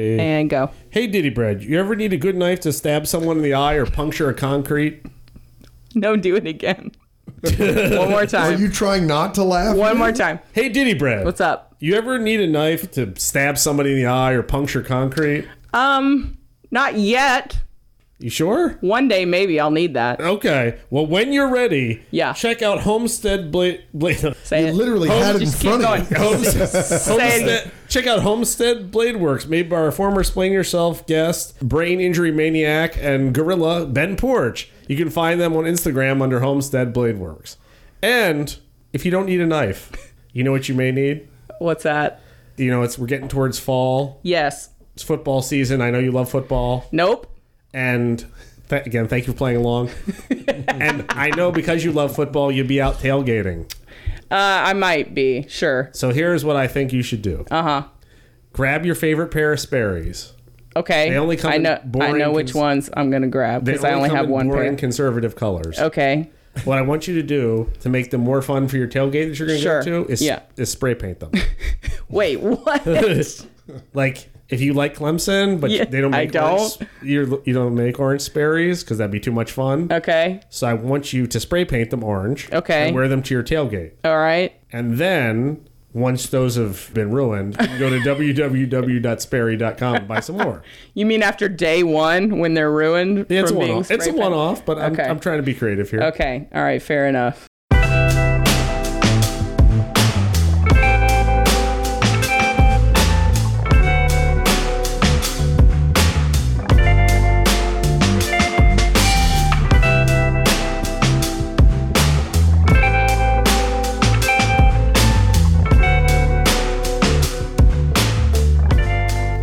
And go. Hey, Diddy Bread, you ever need a good knife to stab someone in the eye or puncture a concrete? No, do it again. One more Are time. you trying not to laugh? One more time. Hey, Diddy Bread, What's up? You ever need a knife to stab somebody in the eye or puncture concrete? Um, not yet. You sure? One day maybe I'll need that. Okay. Well, when you're ready, Yeah. check out Homestead Blade. Bla- Say You it. literally Oh, had it in Just keep front going. of you. Say it. Homestead, check out Homestead Blade Works, made by our former Sling Yourself guest, brain injury maniac, and gorilla Ben Porch. You can find them on Instagram under Homestead Blade Works. And if you don't need a knife, you know what you may need. What's that? You know it's we're getting towards fall. Yes. It's football season. I know you love football. Nope. And th- again, thank you for playing along. and I know because you love football, you'd be out tailgating. Uh, I might be. Sure. Uh-huh. So here's what I think you should do. Uh huh. Grab your favorite pair of Sperry's. Okay. They only come I in know. I boring know which cons- ones I'm gonna grab They because I only come have in one boring pair. conservative colors. okay. What I want you to do to make them more fun for your tailgate that you're going to Sure. go to is, Yeah. is spray paint them. Wait. What? like if you like Clemson, but Yeah, they don't I make orange, you're, you don't make orange Sperry's because that'd be too much fun. okay. So I want you to spray paint them orange. Okay. And wear them to your tailgate. All right. And then once those have been ruined, you can go to www.sperry.com and buy some more. You mean after day one when they're ruined Yeah, It's a from one being off. It's a spray-painted? one off, but I'm, Okay. I'm trying to be creative here. Okay. All right. Fair enough.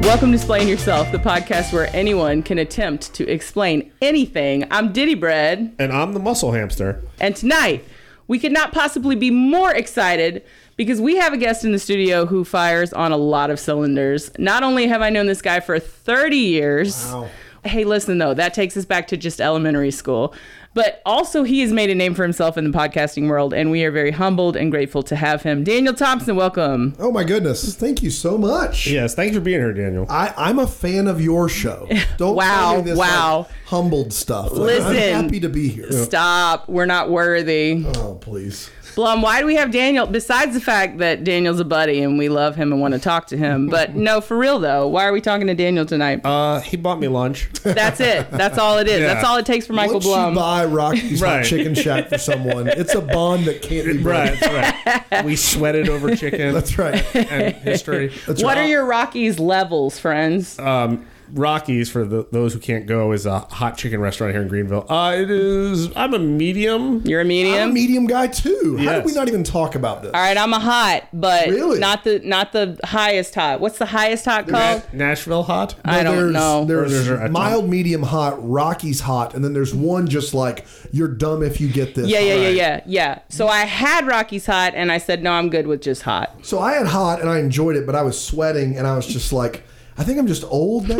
Welcome to Explain Yourself, the podcast where anyone can attempt to explain anything. I'm Diddy Bread. And I'm the muscle hamster. And tonight, we could not possibly be more excited because we have a guest in the studio who fires on a lot of cylinders. Not only have I known this guy for 30 years. Wow. Hey, listen though, that takes us back to just elementary school. But also, he has made a name for himself in the podcasting world, and we are very humbled and grateful to have him. Daniel Thompson, welcome. Oh my goodness! Thank you so much. Yes, thanks for being here, Daniel. I, I'm a fan of your show. Don't Wow, tell me this wow. like, humbled stuff. Like, Listen. I'm happy to be here. Stop. We're not worthy. Oh please. Blum, why do we have Daniel? Besides the fact that Daniel's a buddy and we love him and want to talk to him. But no, for real though, why are we talking to Daniel tonight? Uh, he bought me lunch. That's it. That's all it is. Yeah. That's all it takes for Michael Once Blum. you buy Rocky's Hot Right. Chicken Shack for someone, it's a bond that can't be broken. right, right. We sweated over chicken That's right. and history. That's what right. are your Rockies levels, friends? Um, Rockies, for the, those who can't go, is a hot chicken restaurant here in Greenville. Uh, it is, I'm a medium. You're a medium. I'm a medium guy too. How Yes. did we not even talk about this? all right, I'm a hot, but Really? not the not the highest hot. What's the highest hot called? Nashville hot. I don't there's, know. There's Burgers are at mild, medium, hot, Rocky's hot, and then there's one just like you're dumb if you get this. Yeah, yeah, yeah, yeah, yeah. So I had Rockies hot, and I said no, I'm good with just hot. So I had hot and I enjoyed it, but I was sweating and I was just like, I think I'm just old now.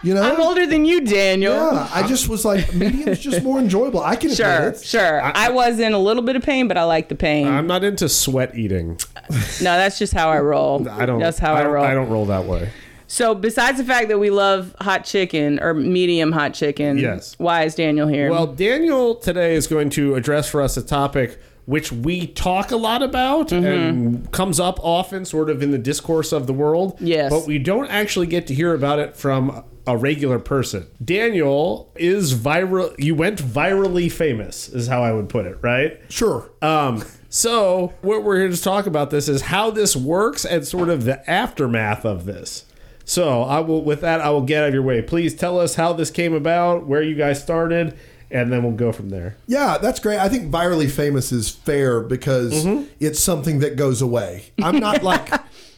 you know, I'm older than you, Daniel. Yeah, I just was like, medium's just more enjoyable. I can admit Sure, it. sure. I, was in a little bit of pain, but I like the pain. I'm not into sweat eating. no, that's just how I roll. I don't. That's how I, don't- roll. I don't roll that way. So besides the fact that we love hot chicken or medium hot chicken, Yes. Why is Daniel here? Well, Daniel today is going to address for us a topic which we talk a lot about Mm-hmm. and comes up often sort of in the discourse of the world. Yes. But we don't actually get to hear about it from a regular person. Daniel is viral you went virally famous is how I would put it, right? Sure. Um so what we're here to talk about this is how this works and sort of the aftermath of this. So I will with that I will get out of your way. Please tell us how this came about, where you guys started, and then we'll go from there. Yeah, that's great. I think virally famous is fair because it's something that goes away. I'm not like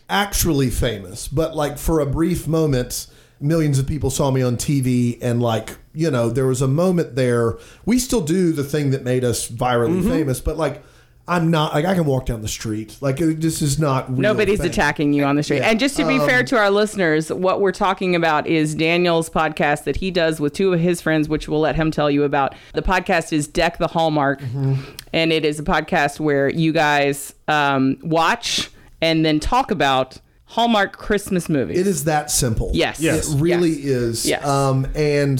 actually famous, but like for a brief moment, millions of people saw me on TV and like, you know, there was a moment there. We still do the thing that made us virally famous, but like I'm not like I can walk down the street. Like it- this is not real Nobody's fame. attacking you on the street. And just to be Um, fair to our listeners, what we're talking about is Daniel's podcast that he does with two of his friends, which we'll let him tell you about. The podcast is Deck the Hallmark, Mm-hmm. and it is a podcast where you guys um, watch and then talk about Hallmark Christmas movies. It is that simple. Yes. Yes. It really Yes. is. Yes. Um, and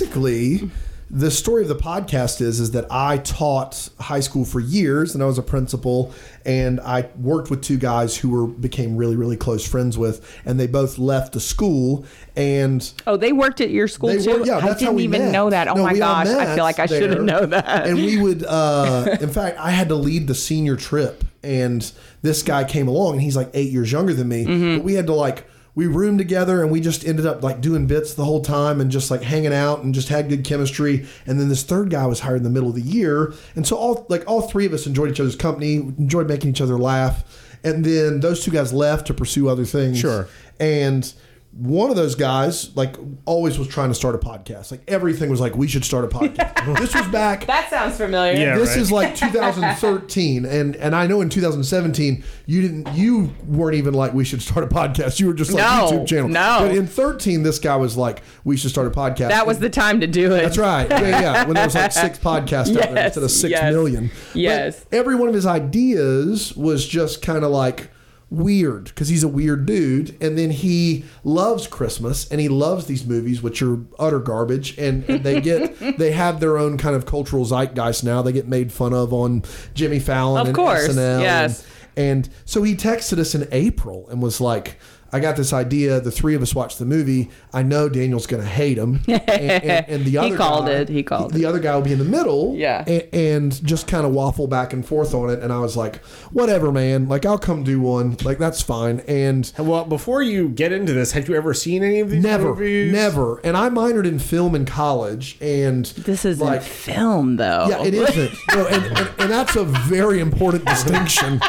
basically, the story of the podcast is is that I taught high school for years, and I was a principal, and I worked with two guys who were became really really close friends with, and they both left the school, and Oh, they worked at your school they too. were yeah. I that's didn't how we even met. know that. Oh No, my we all gosh, I met feel like I there. should have known that. and we would uh, in fact i had to lead the senior trip and this guy came along and he's like eight years younger than me Mm-hmm. but we had to like we roomed together and we just ended up like doing bits the whole time and just like hanging out and just had good chemistry and then this third guy was hired in the middle of the year and so all like all three of us enjoyed each other's company enjoyed making each other laugh and then those two guys left to pursue other things Sure. and one of those guys like always was trying to start a podcast like everything was like we should start a podcast this was back That sounds familiar. Yeah. this right. is like 2013 and and i know in 2017 you didn't you weren't even like we should start a podcast you were just like No, youtube channel no. but in 13 this guy was like we should start a podcast That was the time to do it. that's right. Yeah, yeah. When there was like six podcasts out there Yes, instead of six yes, million. But yes. every one of his ideas was just kind of like weird because he's a weird dude. And then he loves Christmas and he loves these movies, which are utter garbage. And, and they get, they have their own kind of cultural zeitgeist now. They get made fun of on Jimmy Fallon Of and course, SNL. and- yes. and so he texted us in April and was like, I got this idea. The three of us watched the movie. I know Daniel's going to hate him. And, and- and He the other called guy- it. He called The other guy will be in the middle. Yeah. a- And, just kind of waffle back and forth on it. And I was like, whatever, man. Like, I'll come do one. Like, that's fine. And Well, before you get into this, had you ever seen any of these never, movies? never. And I minored in film in college. And This is like, like, film though. yeah, it isn't. No, and, and, and that's a very important distinction.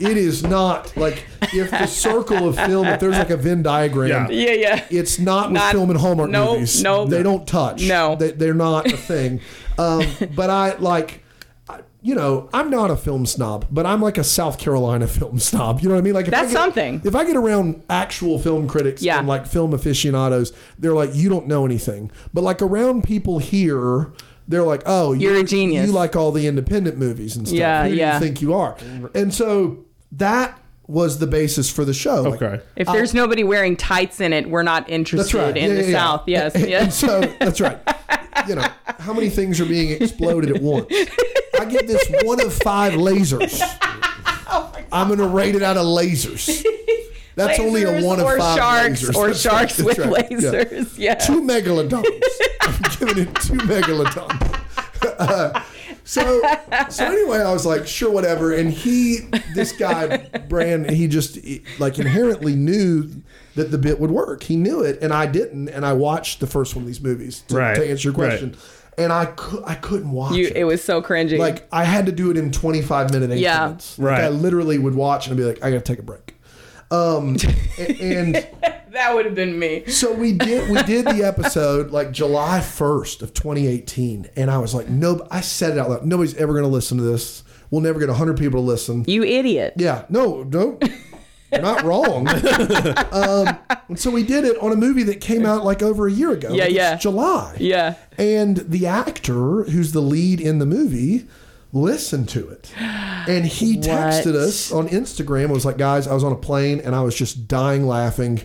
It is not like if the circle of film, if there's like a Venn diagram, Yeah. Yeah, yeah. it's not with Not- film and Hallmark no, movies. no. they don't touch. No. they, they're not a thing. um, but I like. I- You know, I'm not a film snob, but I'm like a South Carolina film snob. You know what I mean? Like if I That's get- something. If I get around actual film critics Yeah. and like film aficionados, they're like, "You don't know anything." But like around people here, they're like, "Oh, You're a genius." You like all the independent movies and stuff. Yeah, Who do yeah. you think you are?" And so that was the basis for the show. Like, Okay. If there's Oh. nobody wearing tights in it, we're not interested in the South. Yes, And- and yes. so that's right. You know, how many things are being exploded at once? I give this one of five lasers. I'm going to rate it out of lasers. That's only a Lasers one of or five sharks lasers. or That's right, sharks that's with right. Yeah. lasers. Yeah. Two megalodons. I'm giving it two megalodons. Uh, so, so anyway, I was like, sure, whatever. And he, this guy, Brand, he just like inherently knew that the bit would work. He knew it, and I didn't. And I watched the first one of these movies to, Right, to answer your right. question, and I cou- I couldn't watch You, it. it was so cringy. like I had to do it in 25 minute Yeah. increments. Like, Right. I literally would watch and be like, I got to take a break. Um, a- and that would have been me. so we did we did the episode like July 1st of 2018 and I was like no I said it out loud nobody's ever going to listen to this we'll never get 100 people to listen You idiot. yeah no no you're not wrong um, and so we did it on a movie that came out like over a year ago Yeah, Like, it's yeah. July Yeah. and the actor who's the lead in the movie listened to it. And he texted us on Instagram, was like, guys, I was on a plane and I was just dying laughing.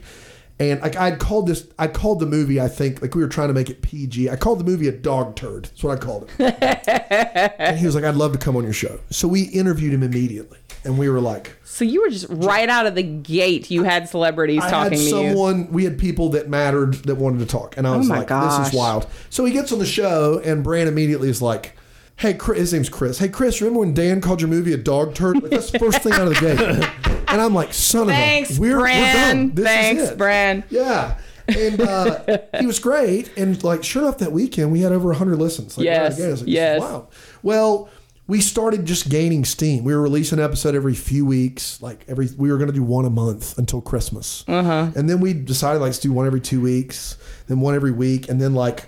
And like I'd called this, I called the movie. I think like we were trying to make it PG. I called the movie a dog turd. That's what I called it. and he was like, "I'd love to come on your show." So we interviewed him immediately, and we were like, So you were just right out of the gate. You had celebrities I talking had to you. Oh someone, we had people that mattered that wanted to talk, and I was my like, "This gosh. is wild." So he gets on the show, and Bran immediately is like, "Hey, Chris, his name's Chris. Hey, Chris, remember when Dan called your movie a dog turd? Like, that's the first thing out of the gate." And I'm like, "Son Thanks, of a, we're, we're Bran. done. This is Thanks, it." Bran. Yeah." and uh, he was great, and like sure enough, that weekend we had over 100 listens. Like, Yes, right again. I was like, yes. This is wild. Well, we started just gaining steam. We were releasing an episode every few weeks, like every we were going to do one a month until Christmas, uh-huh. and then we decided like to do one every two weeks, then one every week, and then like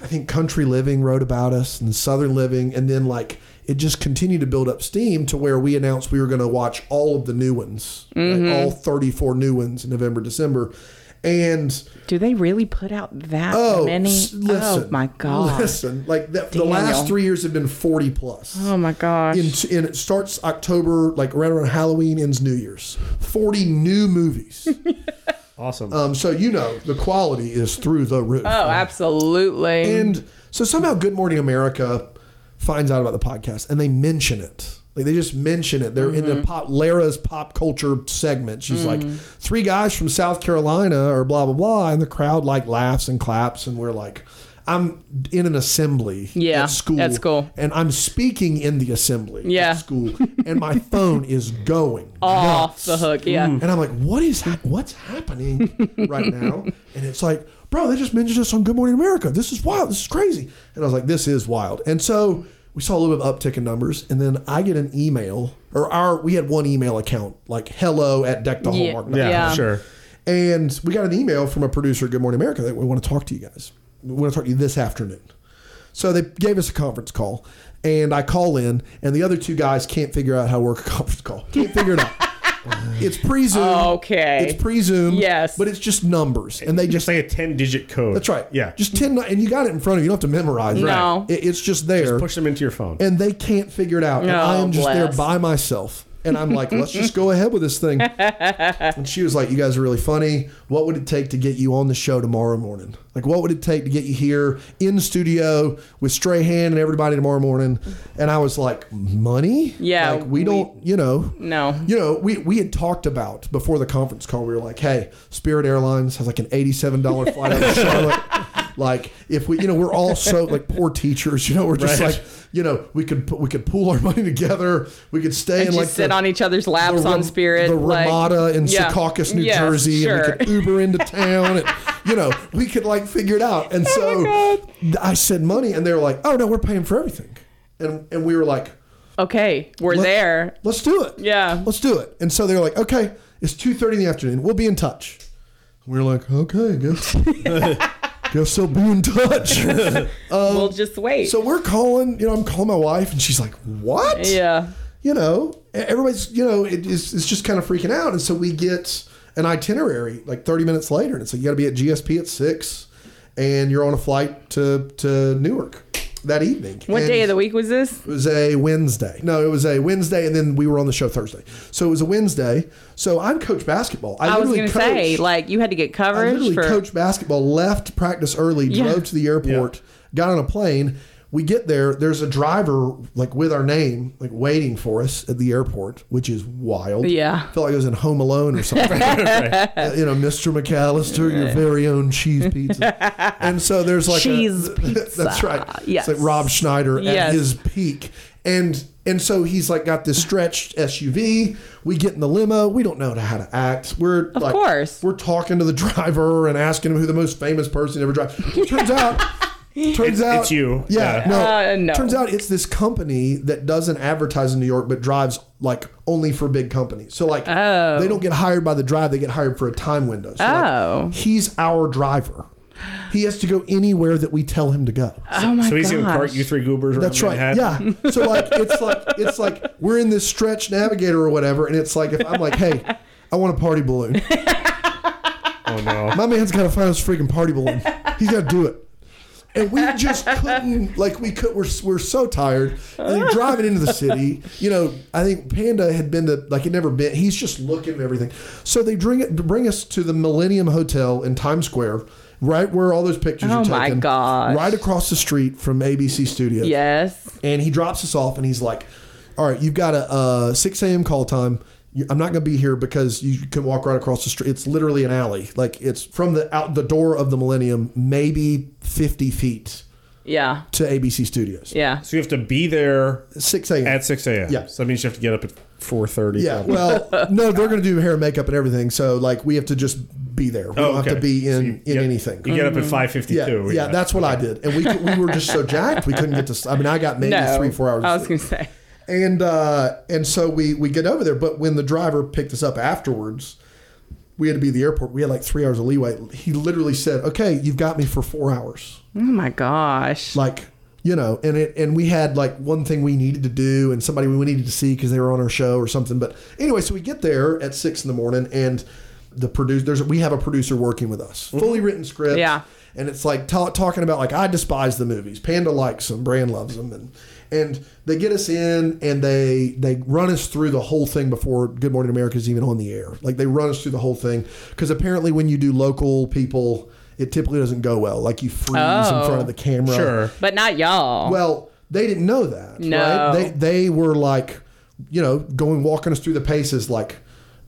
I think Country Living wrote about us and Southern Living, and then like it just continued to build up steam to where we announced Mm-hmm. we were going to watch all of the new ones, like, all 34 new ones in November, December. And Do they really put out that oh, many? s- listen, oh my god. listen, like that, the last Daniel. three years have been forty plus. Oh my gosh. in, and it starts October, like around around Halloween, ends New Year's. Forty new movies. Awesome. um, so you know the quality is through the roof. oh, absolutely. And so somehow Good Morning America finds out about the podcast and they mention it. Like they just mention it. They're Mm-hmm. in the pop Lara's pop culture segment. She's Mm. like, three guys from South Carolina or blah blah blah, and the crowd like laughs and claps, and we're like, I'm in an assembly Yeah, at school. at school. And I'm speaking in the assembly Yeah. at school. and my phone is going Off nuts. the hook, yeah. And I'm like, what is hap- what's happening right now? And it's like, bro, they just mentioned us on Good Morning America. This is wild. This is crazy. And I was like, this is wild. And so we saw a little bit of uptick in numbers. And then I get an email, or our we had one email account, like hello at Yeah. deckthehallmark.com. yeah, yeah. sure. And we got an email from a producer at Good Morning America that we want to talk to you guys. We want to talk to you this afternoon. So they gave us a conference call, and I call in, and the other two guys can't figure out how to work a conference call. Can't figure it out. It's pre Zoom. Okay. It's pre Zoom. Yes. But it's just numbers, and they Just just. like a ten-digit code. That's right. Yeah. Just Just ten, and you got it in front of you. You don't have to memorize it. No. It- It's just there push them into your phone. and they can't figure it out. and Oh, I am just bless. there by myself. And I'm like, let's just go ahead with this thing. And she was like, You guys are really funny. What would it take to get you on the show tomorrow morning? Like, what would it take to get you here in studio with Strahan and everybody tomorrow morning? And I was like, Money? Yeah, Like, we we- don't, you know, no. you know, we, we had talked about before the conference call. We were like, hey, Spirit Airlines has like an eighty-seven dollar flight out of Charlotte. like, if we, you know, we're all so like poor teachers. You know, we're just Right. like, you know, we could pu- we could pool our money together. We could And stay in just like sit the, on each other's laps the on Ram- Spirit. the like- Ramada in Yeah. Secaucus, New Yes, Jersey, Sure. and we could Uber into town. and, you know, we could like figure it out. Oh And so th- I said money, and they were like, oh no, we're paying for everything. And and we were like, okay, we're Let- there. let's do it. Yeah. Let's do it. And so they're like, okay, it's 2.30 in the afternoon. We'll be in touch. We are like, okay, guess, guess they'll be in touch. we'll just wait. Um, so we're calling, you know, I'm calling my wife and she's like, what? yeah. You know, e- everybody's, you know, it is, it's just kind of freaking out. And so we get an itinerary like 30 minutes later. And it's like, you got to be at GSP at 6 and you're on a flight to, to Newark that evening. What And- day of the week was this? it was a Wednesday. No, it was a Wednesday, and then we were on the show Thursday. So it was a Wednesday. So I'm coach basketball. I was literally gonna say, coached- like, you had to get I coverage literally for. coached basketball. Left practice early, Yeah. drove to the airport, got on a plane. We get there. There's a driver like with our name, like waiting for us at the airport, which is wild. Yeah. felt like I was in Home Alone or something. Uh, you know, Mr. McAllister, your very own cheese pizza. and so there's like a- Cheese that's pizza. right. Yes. It's like Rob Schneider at Yes. his peak. And and so he's like got this stretched SUV. We get in the limo. We don't know how to act. We're of like, course. we're talking to the driver and asking him who the most famous person ever drive. Turns out, turns out it's you. Yeah, Yeah. No, Uh, no. Turns out it's this company that doesn't advertise in New York, but drives like only for big companies. So like Oh. they don't get hired by the drive; they get hired for a time window. So, like, Oh. he's our driver. He has to go anywhere that we tell him to go. oh my so he's gonna gosh. cart you three goobers around That's right. Manhattan? Yeah. So like it's like it's like we're in this stretch navigator or whatever, and it's like if I'm like, hey, I want a party balloon. Oh no. My man's got to find his freaking party balloon. He's got to do it. And we just couldn't, like, we could, we're, we're so tired. And then driving into the city, you know, I think Panda had been to, like, he'd never been, he's just looking at everything. So they bring, it, bring us to the Millennium Hotel in Times Square, right where all those pictures are Oh, taken. my gosh. Right across the street from ABC Studios. Yes. And he drops us off and he's like, All right, you've got a uh, 6 a.m. call time. You- I'm not going to be here because you can walk right across the street. It's literally an alley. Like it's from the out the door of the Millennium, maybe 50 feet Yeah. to ABC Studios. Yeah. So you have to be there 6 a.m. at six a.m. Yeah. So that means you have to get up at four thirty. yeah. Well, no, they're going to do hair and makeup and everything. So like we have to just be there. We don't have to be in in anything. Oh, You get up Mm-hmm. at five fifty yeah, two. yeah, that's what I did, and we could- we were just so jacked we couldn't get to. s- I mean, I got maybe No. three four hours. of I was sleep. gonna say. and uh, and so we we get over there. But when the driver picked us up afterwards, we had to be at the airport. We had like three hours of leeway. He literally said, "Okay, you've got me for four hours." Oh my gosh. Like you know, and it and we had like one thing we needed to do and somebody we needed to see because they were on our show or something. But anyway, so we get there at six in the morning and. the producer. There's we have a producer working with us, fully written script. Yeah. and it's like ta- talking about like I despise the movies. Panda likes them. Brand loves them, and and they get us in and they they run us through the whole thing before Good Morning America is even on the air. Like they run us through the whole thing because apparently when you do local people, it typically doesn't go well. Like you freeze in Oh. front of the camera. Sure. But not y'all. Well, they didn't know that. No. Right? They they were like, you know, going walking us through the paces like,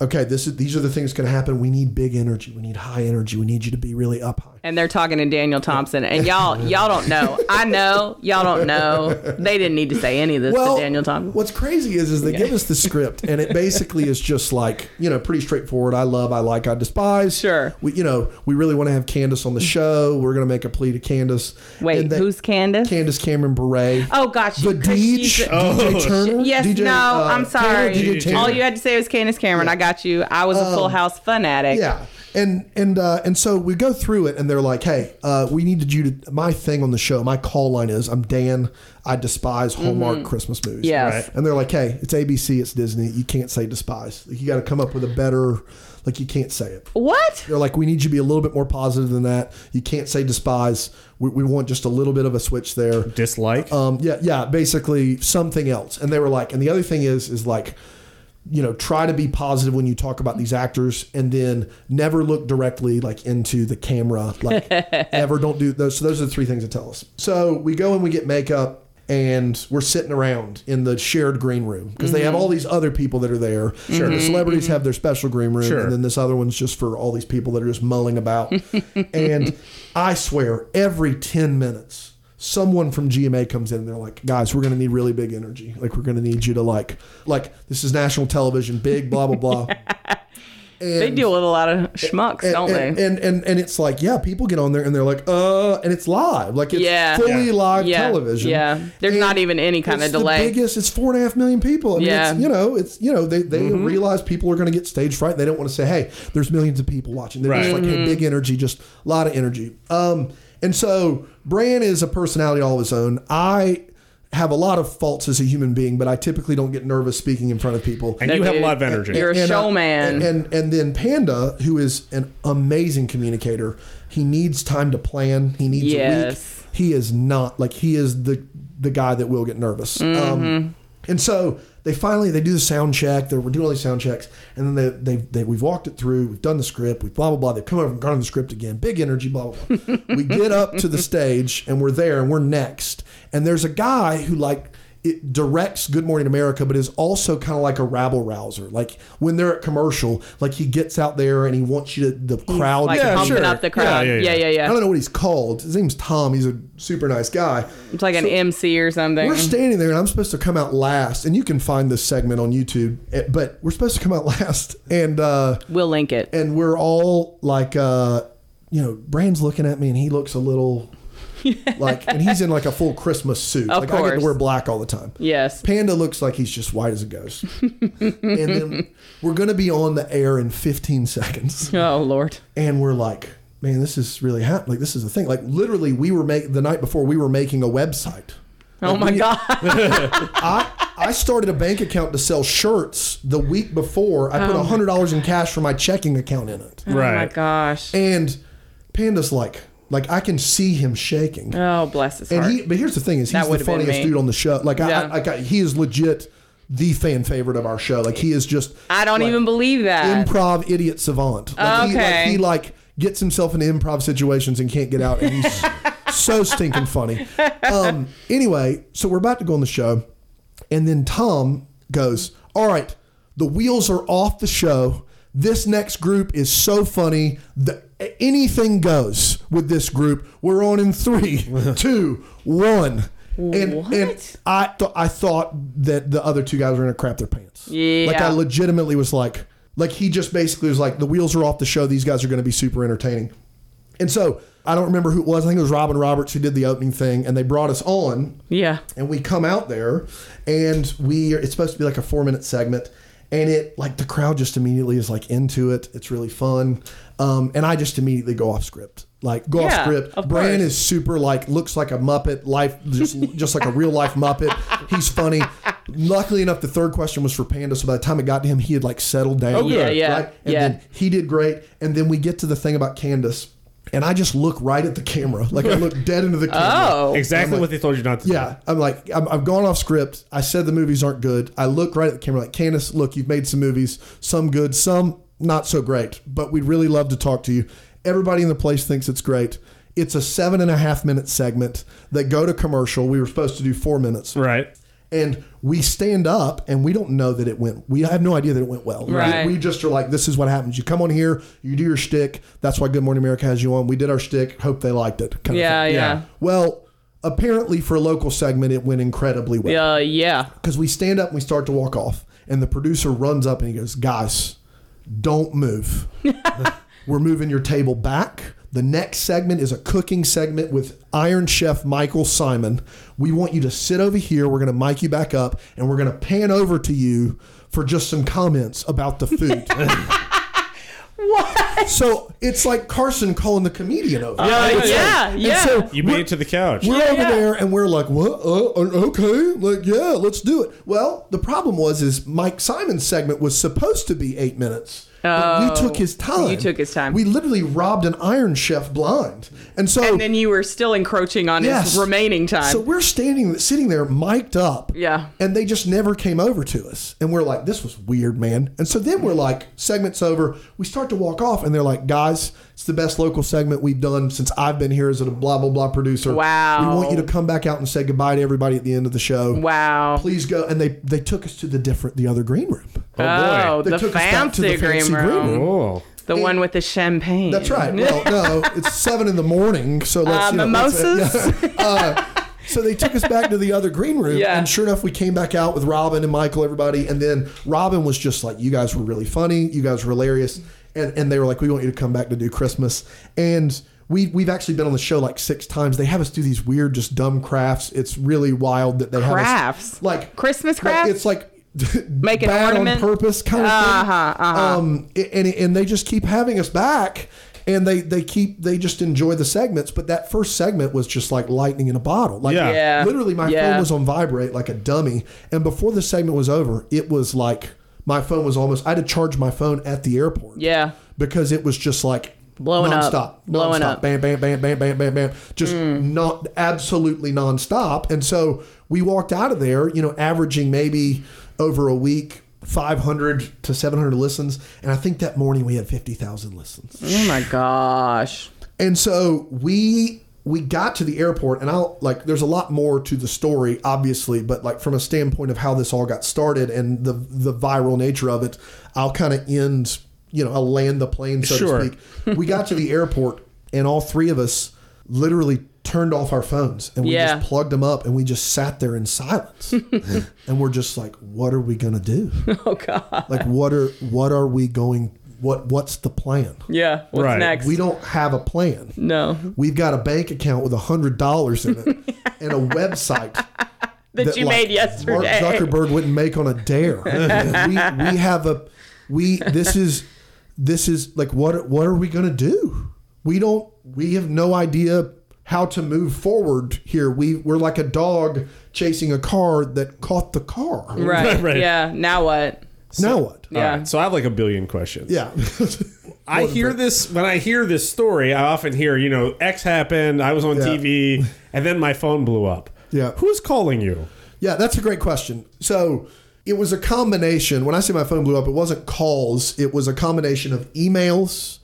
okay, this is these are the things that can happen. We need big energy. We need high energy. We need you to be really up high. and they're talking to Daniel Thompson, and y'all y'all don't know. I know y'all don't know. They didn't need to say any of this Well, to Daniel Thompson. what's crazy is is they give us the script and it basically is just like you know pretty straightforward. I love, I like, I despise. Sure. We you know we really want to have Candace on the show. We're gonna make a plea to Candace. Wait, And they- who's Candace? Candace Cameron Bure. oh, gotcha. The 'cause she's Deej, a- Oh, DJ Turner. Yes, DJ, no, uh, I'm sorry. Tanner, DJ Tanner. All you had to say was Candace Cameron. I got you. I was a Full House fanatic. Um, Yeah. And and uh, and so we go through it, and they're like, "Hey, uh, we needed you to." My thing on the show, my call line is, "I'm Dan. I despise Hallmark Christmas movies." Mm-hmm. Yes. Right. And they're like, "Hey, it's ABC, it's Disney. You can't say despise. Like, you got to come up with a better. Like, you can't say it." What? They're like, "We need you to be a little bit more positive than that. You can't say despise. We, we want just a little bit of a switch there." Dislike. Oh Um, yeah, yeah, basically something else. And they were like, and the other thing is, is like, you know, try to be positive when you talk about these actors, and then never look directly like into the camera, like ever. Don't do those. So those are the three things that tell us. So we go and we get makeup. And we're sitting around in the shared green room because they have all these other people that are there. Sure. The celebrities have their special green room, Sure. and then this other one's just for all these people that are just mulling about. and I swear, every 10 minutes, someone from GMA comes in and they're like, guys, we're going to need really big energy. Like, we're going to need you to, like, like this is national television, big, blah, blah, blah. And, They deal with a lot of schmucks, and, don't and, they? and, and, and it's like, yeah, people get on there and they're like, uh, and it's live. Like, it's Yeah. fully Yeah. live yeah. television. Yeah. There's And not even any kind it's of delay. The biggest. It's four and a half million people. I mean, Yeah. Mm-hmm. it's, you know, it's you know they, they realize people are going to get stage fright. They don't want to say, hey, there's millions of people watching. They're just Right. like, hey, big Mm-hmm. energy, just a lot of energy. Um, and so Bran is a personality all his own. I have a lot of faults as a human being, but I typically don't get nervous speaking in front of people. and you have a lot of energy. You're a And, uh, showman. and, and and then Panda, who is an amazing communicator, he needs time to plan. He needs Yes. a week. He is not like he is the the guy that will get nervous. Um, Mm-hmm. and so they finally they do the sound check. They're, we're doing all these sound checks, and then they, they they we've walked it through. We've done the script. We blah blah blah. They've come over and gone over the script again. Big energy. Blah blah. blah. we get up to the stage and we're there and we're next. And there's a guy who like it directs Good Morning America, but is also kind of like a rabble rouser. Like when they're at commercial, like he gets out there and he wants you to the crowd. like to- Yeah, pumping sure. up the crowd. Yeah, yeah, yeah. yeah, I don't know what he's called. His name's Tom. He's a super nice guy. It's like an MC or something. We're standing there, and I'm supposed to come out last. And you can find this segment on YouTube, eh, but we're supposed to come out last. And uh, we'll link it. and we're all like, uh, you know, Brand's looking at me, and he looks a little like, and he's in like a full Christmas suit. Of like I get course. to wear black all the time. yes. Panda looks like he's just white as a ghost. and then we're going to be on the air in 15 seconds. Oh Lord. And we're like, man, this is really happening. Like, this is the thing. Like, literally, we were making, the night before, we were making a website. Oh my God. I, I started a bank account to sell shirts the week before. I put a $100 in cash for my checking account in it. Oh my right. gosh. And Panda's like, like, I can see him shaking. Oh bless his heart. And he, but here's the thing: is That he's the would've been funniest me. dude on the show. Like, I, Yeah. I, like I, he is legit the fan favorite of our show. Like, he is just I don't even believe that. improv idiot savant. Like, Okay. He like, he like gets himself into improv situations and can't get out, and he's so stinking funny. Um, anyway, so we're about to go on the show, and then Tom goes, "All right, the wheels are off the show. This next group is so funny. The, anything goes with this group. We're on in three, two, one." And, and What? I th- I thought that the other two guys were gonna crap their pants. Yeah. Like I legitimately was like, like he just basically was like, the wheels are off the show. These guys are going to be super entertaining. And so I don't remember who it was. I think it was Robin Roberts who did the opening thing, and they brought us on, yeah. and we come out there, and we it's supposed to be like a four minute segment, and it like the crowd just immediately is like into it. It's really fun. Um, and I just immediately go off script. Like go Yeah, off script. of Bran course. is super like looks like a Muppet, life just just like a real life Muppet. He's funny. Luckily enough, the third question was for Panda, so by the time it got to him, he had like settled down. Oh, yeah, yeah, And yeah. then he did great. And then we get to the thing about Candace, and I just look right at the camera, like I look dead into the camera. Oh. Exactly what they told you not to do. Yeah, I'm like, I'm, I've gone off script. I said the movies aren't good. I look right at the camera like, Candace, look, you've made some movies, some good, some not so great, but we'd really love to talk to you. Everybody in the place thinks it's great. It's a seven and a half minute segment that go to commercial. We were supposed to do four minutes. Right. And we stand up and we don't know that it went, we have no idea that it went well. Right. We, we just are like, this is what happens. You come on here, you do your shtick. That's why Good Morning America has you on. We did our shtick. Hope they liked it. kind of Yeah, thing. yeah. Well, apparently for a local segment, it went incredibly well. Uh, Yeah, yeah. Because we stand up and we start to walk off, and the producer runs up and he goes, Guys, don't move. We're moving your table back. The next segment is a cooking segment with Iron Chef Michael Simon. We want you to sit over here. We're going to mic you back up, and we're going to pan over to you for just some comments about the food. What? so it's like Carson calling the comedian over. Yeah, Uh, Yeah, yeah, yeah. yeah. yeah. so- You made it to the couch. We're Yeah, over yeah. there and we're like, what? Uh, uh, okay, like yeah, let's do it. Well, the problem was is Mike Simon's segment was supposed to be eight minutes. but you Oh, took his time. you took his time. We literally robbed an Iron Chef blind, and so and then you were still encroaching on Yes. his remaining time. so we're standing, sitting there, mic'd up. Yeah. And they just never came over to us. And we're like, this was weird, man. And so then we're like, segment's over. We start to walk off, and they're like, guys, it's the best local segment we've done since I've been here as a blah, blah, blah producer. Wow. We want you to come back out and say goodbye to everybody at the end of the show. wow. Please go. And they, they took us to the different, the other green room. Oh, They the took us back to fancy, the fancy green room. green room. Oh. The one with the champagne. That's right. Well, no, it's seven in the morning, so let's Uh, you know, let's- mimosas? uh, so they took us back to the other green room, Yeah. and sure enough, we came back out with Robin and Michael, everybody, and then Robin was just like, "You guys were really funny. You guys were hilarious," and and they were like, "We want you to come back to do Christmas." And we we've actually been on the show like six times. They have us do these weird, just dumb crafts. It's really wild that they have us- Crafts? like Christmas like, crafts? it's like. Make an bad ornament? on purpose kind of thing. Uh-huh, uh-huh. Um, a- and and they just keep having us back, and they they keep they just enjoy the segments. But that first segment was just like lightning in a bottle. Like Yeah. Yeah. literally, my Yeah. phone was on vibrate like a dummy. And before the segment was over, it was like my phone was almost. I had to charge my phone at the airport. Yeah. because it was just like. Blowing up. nonstop, Blowing nonstop, up. Hmm. bam, bam, bam, bam, bam, bam, bam, just not absolutely nonstop. And so we walked out of there, you know, averaging maybe over a week, 500 to 700 listens. And I think that morning we had 50,000 listens. Oh my gosh. And so we we got to the airport and I'll like there's a lot more to the story obviously but like from a standpoint of how this all got started and the the viral nature of it I'll kind of end you know I'll land the plane so Sure. to speak. We got to the airport and all three of us literally turned off our phones and we Yeah. just plugged them up and we just sat there in silence and we're just like what are we going to do Oh god. like what are what are we going what what's the plan Yeah. What's Right. next? we don't have a plan no. we've got a bank account with hundred dollars in it and a website that, That, you like, made yesterday. Mark Zuckerberg wouldn't make on a dare. we, we have a we this is this is like what what are we gonna do? We don't we have no idea how to move forward here. We we're like a dog chasing a car that caught the car. Right. Right. Yeah. Now what? Now what? Yeah. All right, so I have like a billion questions. Yeah. I hear this when I hear this story. I often hear, you know, X happened. I was on Yeah. TV, and then my phone blew up. Yeah. who's calling you? Yeah, that's a great question. So it was a combination. When I say my phone blew up, it wasn't calls, it was a combination of emails,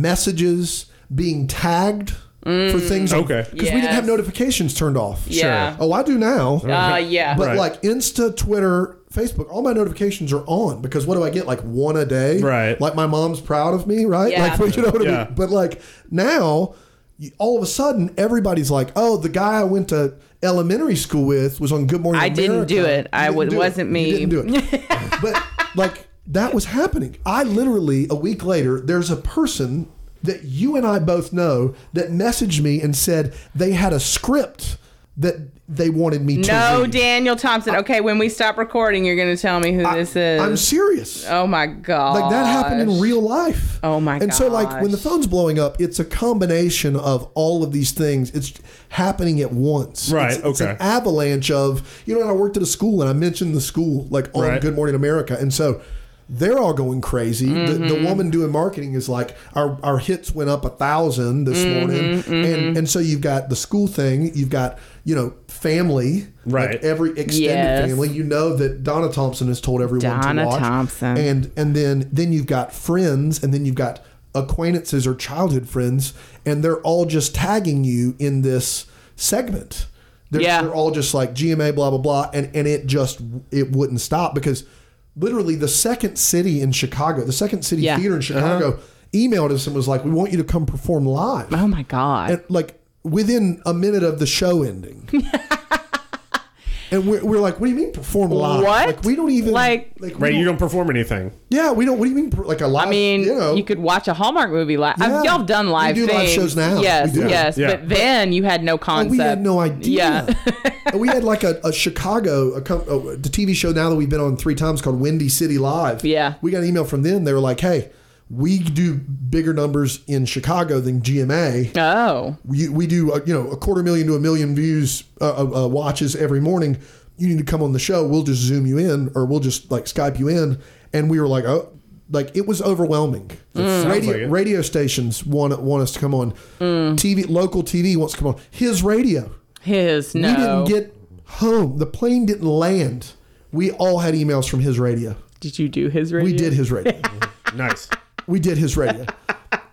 messages, being tagged for things. Okay. Because we didn't have Mm. Yes. notifications turned off. Yeah. Oh, I do now. Uh, yeah. But Right. like Insta, Twitter, Facebook, all my notifications are on because what do I get? Like one a day. Right. Like my mom's proud of me, right? Yeah. Like you know what I Yeah. mean? But like now, you- all of a sudden, everybody's like, "Oh, the guy I went to elementary school with was on Good Morning I America." didn't do it. You I didn't w- do wasn't You me. didn't do it. but like that was happening. I literally a week later, there's a person that you and I both know that messaged me and said they had a script that they wanted me to. No, read. Daniel Thompson. Okay, when we stop recording, you're going to tell me who this is. I'm serious. oh my god! Like that happened in real life. Oh my And so like when the gosh. phone's blowing up, it's a combination of all of these things. It's happening at once. Right, It's, it's an okay. avalanche of you know. and I worked at a school and I mentioned the school like on Right. Good Morning America, and so. They're all going crazy. The, the Mm-hmm. woman doing marketing is like, our, our hits went up a thousand this Mm-hmm, morning, and and so you've got the school thing, you've got you know family, like Right. every extended Yes. family. You know that Donna Thompson has told everyone Donna to watch. Thompson. and and then then you've got friends, and then you've got acquaintances or childhood friends, and they're all just tagging you in this segment. They're, Yeah. they're all just like GMA, blah blah blah, and and it just it wouldn't stop because literally the second city in Chicago, the second city Yeah. theater in Chicago, emailed us and was like, "We want you to come perform live." Oh my god! and like within a minute of the show ending. and we're, we're like, what do you mean perform live? What? Like we don't even Like- like we Right, you don't- don't perform anything. yeah we don't. What do you mean per- like a live? I mean, you you, know, could watch a Hallmark movie live. Yeah. I've, y'all have done We live do things. live shows now. Yes, We do. yes. Yeah. But then you had no and concept. we had no idea. Yeah. And we had like a, a Chicago, a, com- a, the TV show now that we've been on three times called Windy City Live. Yeah. we got an email from them. They were like, hey. We do bigger numbers in Chicago than GMA. Oh. we, we do uh, you know a quarter million to a million views uh, uh, uh, watches every morning you need to come on the show we'll just zoom you in or we'll just like skype you in and we were like oh like it was overwhelming sounds radio, like it. Mm. radio stations want want us to come on tv local tv wants to come on his radio His no. we didn't get home the plane didn't land we all had emails from his radio Did you do his radio? we did his radio Nice. we did his radio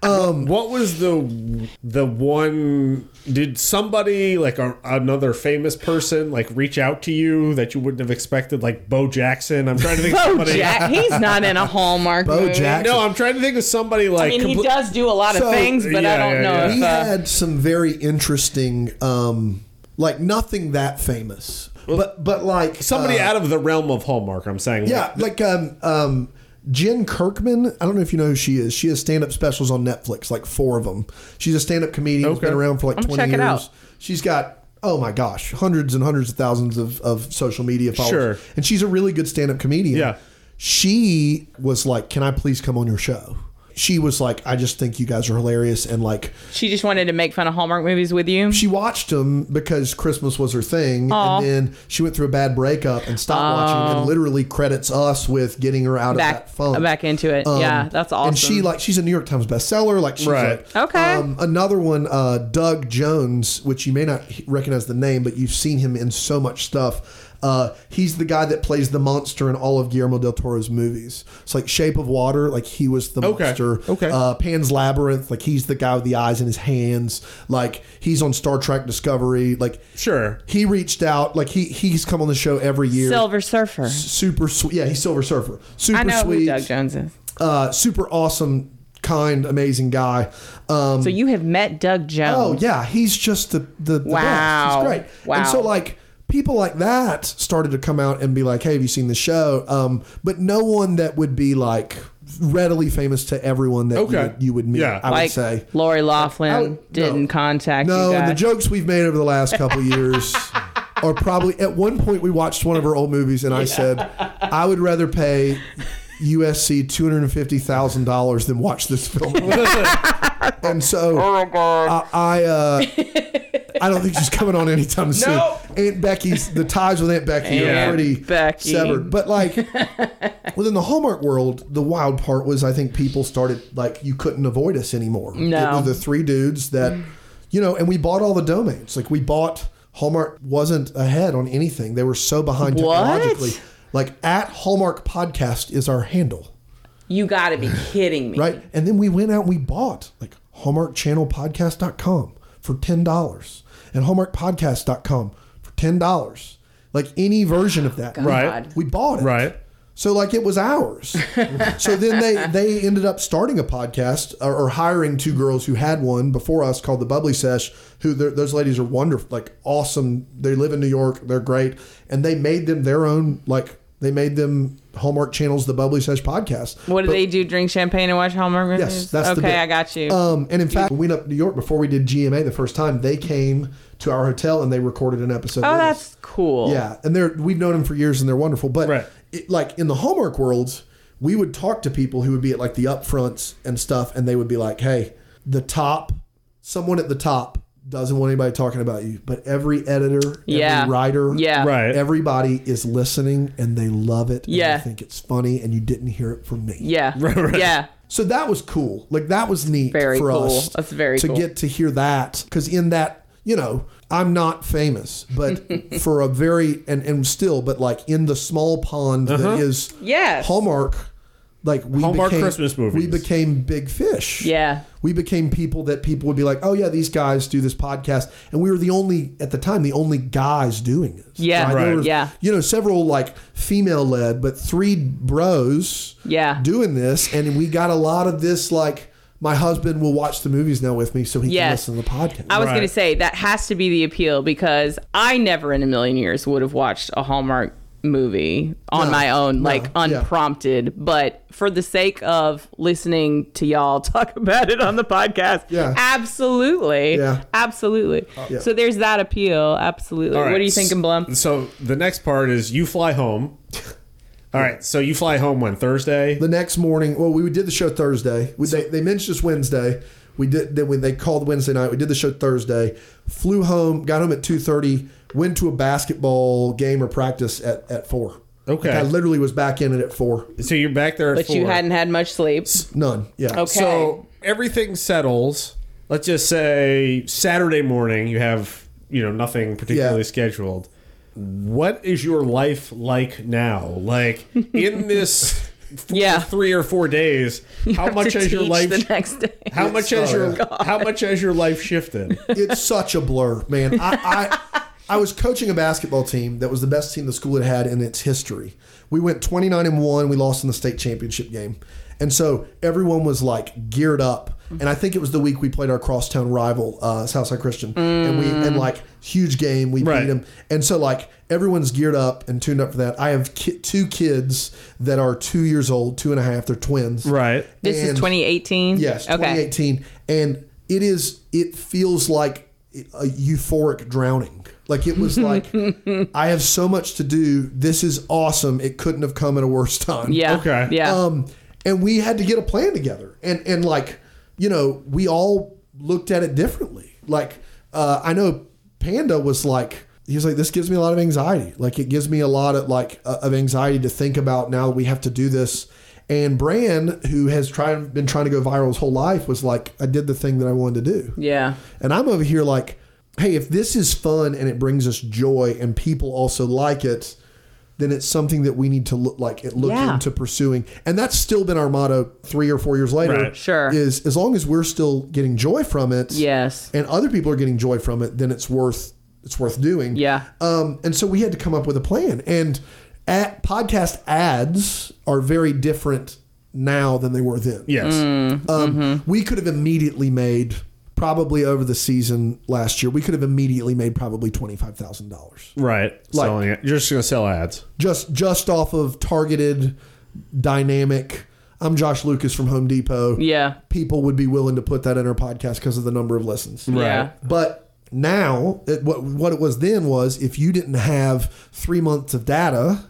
What was the the one? Did somebody like a, another famous person like reach out to you that you wouldn't have expected? Like Bo Jackson. I'm trying to think. of Bo somebody. Jack. He's not in a Hallmark Bo movie. Jack- No, I'm trying to think of somebody I like. mean, he compl- does do a lot of So- things, but Yeah, I don't yeah, know yeah. if. we uh, had some very interesting um like nothing that famous but but like Somebody uh, out of the realm of Hallmark. I'm saying. yeah like um um Jen Kirkman, I don't know if you know who she is. She has stand-up specials on Netflix, like four of them. She's a stand-up comedian who's Okay. been around for like I'm gonna 20 check years. it out. She's got oh my gosh, hundreds and hundreds of thousands of, of social media Sure. followers. And she's a really good stand-up comedian. Yeah. She was like, "Can I please come on your show?" She was like, "I just think you guys are hilarious and like she just wanted to make fun of Hallmark movies with you. she watched them because Christmas was her thing, Aw. Oh. and then she went through a bad breakup and stopped watching, and literally credits us with getting her out of back that funk. back into it. Um, yeah, that's awesome. And she like she's a New York Times bestseller. Like she's Right. like Okay. Um, another one, uh, Doug Jones, which you may not h- recognize the name, but you've seen him in so much stuff. Uh, he's the guy that plays the monster in all of Guillermo del Toro's movies. It's like Shape of Water, like he was the Okay. monster. Okay. Uh, Pan's Labyrinth, like he's the guy with the eyes in his hands. Like he's on Star Trek Discovery. Like Sure. he reached out. Like he he's come on the show every year. Silver Surfer. Super sweet. Yeah, he's Silver Surfer. Super I know sweet who Doug Jones is. uh, super awesome, kind, amazing guy. Um, So you have met Doug oh Jones. yeah, he's just the the, the Wow. best. He's great. Wow. And so like people like that started to come out and be like, "Hey, have you seen the show?" Um, but no one that would be like readily famous to everyone that you, Okay. would, you would meet. Yeah. I like would say. Lori Laughlin I would- didn't no. contact No, you and the guys. jokes we've made over the last couple years are probably at one point we watched one of her old movies and I said, I would rather pay USC two hundred and fifty thousand dollars than watch this film. and so I I, uh, I don't think she's coming on anytime soon. Nope. Aunt Becky's the ties with Aunt Becky Aunt are pretty Becky. severed. But like within the Hallmark world, the wild part was I think people started like you couldn't avoid us anymore. No. It was the three dudes that you know, and we bought all the domains. Like we bought Hallmark wasn't ahead on anything. They were so behind What? technologically. Like at Hallmark Podcast is our handle. you got to be kidding me. Right. And then we went out and we bought like hallmarkchannelpodcast.com for $10 and hallmarkpodcast.com for $10. Like any version of Oh, that. Right. We bought it. Right. So like it was ours. so then they they ended up starting a podcast or, or hiring two girls who had one before us called the Bubbly Sesh. Who they're- those ladies are wonderful, like awesome. They live in New York. They're great, and they made them their own like They made them Hallmark Channels, the Bubbly Sesh podcast. What do But- they do? Drink champagne and watch Hallmark movies? Yes, that's the okay. bit. I got you. Um, and in fact, when we went up to New York before we did GMA the first time. They came to our hotel and they recorded an episode. oh, with us. that's cool. Yeah, and they're we've known them for years and they're wonderful. But Right. it, like in the Hallmark world, we would talk to people who would be at like the upfronts and stuff, and they would be like, "Hey, the top, someone at the top doesn't want anybody talking about you, but every editor, Yeah. every writer, Yeah. Right. everybody is listening and they love it. and Yeah. they think it's funny, and you didn't hear it from me. Yeah. Yeah. So that was cool. Like that was neat Very for cool. us. That's very to cool. get to hear that because in that you know I'm not famous, but for a very and and still, but like in the small pond that is Yes. Hallmark. Like we Uh-huh. Hallmark became, Christmas movies. we became big fish. Yeah. we became people that people would be like, "Oh yeah, these guys do this podcast," and we were the only at the time the only guys doing it. Yeah. There Right. were, Yeah. you know, several like female led, but three bros Yeah. doing this, and we got a lot of this. Like, my husband will watch the movies now with me, so he Yes. can listen to the podcast. I was Right. going to say that has to be the appeal because I never in a million years would have watched a Hallmark movie on No, my own, no, like yeah. unprompted. But for the sake of listening to y'all talk about it on the podcast, Yeah. absolutely. Yeah. Absolutely. Yeah. So there's that appeal. Absolutely. Uh, All right. What are you thinking, Blum? So the next part is you fly home. All right, so you fly home when Thursday. the next morning, well, we did the show Thursday. We, they, they mentioned us Wednesday. We did. Then when they called Wednesday night, we did the show Thursday. Flew home, got home at two thirty. Went to a basketball game or practice at at four. Okay. Like, I literally was back in it at four. So you're back there at But you four. hadn't had much sleep. None. Yeah. Okay. So everything settles. Let's just say Saturday morning you have, you know, nothing particularly Yeah. scheduled. What is your life like now? Like in this four, Yeah. 3 or 4 days, how Have much to has your teach life the next day? how much has Oh, your how much has your life shifted? it's such a blur, man. I, I I was coaching a basketball team that was the best team the school had had in its history. We went 29 and 1, we lost in the state championship game. And so everyone was like geared up. And I think it was the week we played our crosstown rival, uh, Southside Christian, and we and like huge game. We Right. beat them, and so like everyone's geared up and tuned up for that. I have ki- two kids that are two years old, two and a half. They're twins, Right. This is and- 2018. Yes, Okay. 2018, and it is. It feels like a euphoric drowning. Like it was like I have so much to do. This is awesome. It couldn't have come at a worse time. Yeah. Okay. Yeah. Um, and we had to get a plan together, and and like you know, we all looked at it differently. Like uh, I know Panda was like. He was like, this gives me a lot of anxiety. Like, it gives me a lot of like uh, of anxiety to think about now that we have to do this. And Bran, who has tried been trying to go viral his whole life, was like, I did the thing that I wanted to do. yeah. And I'm over here like, hey, if this is fun and it brings us joy and people also like it, then it's something that we need to look like it look Yeah. into pursuing. And that's still been our motto three or four years later. Right. Sure. Is as long as we're still getting joy from it Yes. and other people are getting joy from it, then it's worth it's worth doing. Yeah. Um, and so we had to come up with a plan. And at, podcast ads are very different now than they were then. Yes. Mm. Um, We could have immediately made probably over the season last year. We could have immediately made probably twenty five thousand dollars Right. Like- Selling it. You're just going to sell ads. just just off of targeted, dynamic. I'm Josh Lucas from Home Depot. Yeah. people would be willing to put that in our podcast because of the number of listens. Yeah. But now, it, what what it was then was if you didn't have three months of data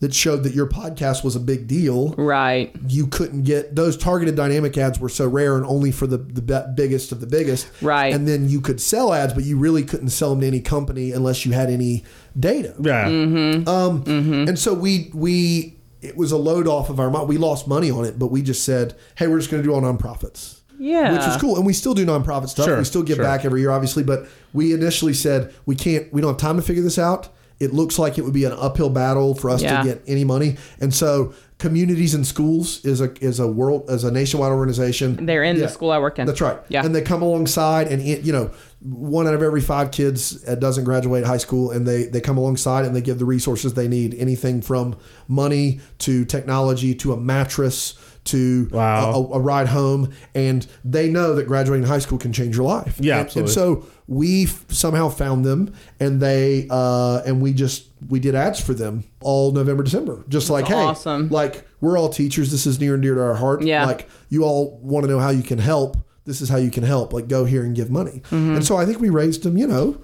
that showed that your podcast was a big deal, Right. you couldn't get those targeted dynamic ads were so rare and only for the the be- biggest of the biggest. Right. And then you could sell ads, but you really couldn't sell them to any company unless you had any data. Yeah. Mm-hmm. Um, And so we we it was a load off of our mind. We lost money on it, but we just said, hey, we're just going to do all nonprofits. Yeah. Which is cool, and we still do nonprofit stuff. Sure, we still give sure. back every year, obviously. But we initially said we can't, we don't have time to figure this out. It looks like it would be an uphill battle for us Yeah. to get any money, and so communities and schools is a is a world as a nationwide organization. They're in Yeah. the school I work in. That's right. Yeah. and they come alongside, and it, you know, one out of every five kids uh, doesn't graduate high school, and they they come alongside and they give the resources they need, anything from money to technology to a mattress to Wow. a, a ride home, and they know that graduating high school can change your life. Yeah, and, and absolutely. so we f- somehow found them, and they uh, and we just we did ads for them all November, December, just like hey, awesome. like we're all teachers. This is near and dear to our heart. Yeah. like you all want to know how you can help. This is how you can help. Like go here and give money. Mm-hmm. And so I think we raised them, you know,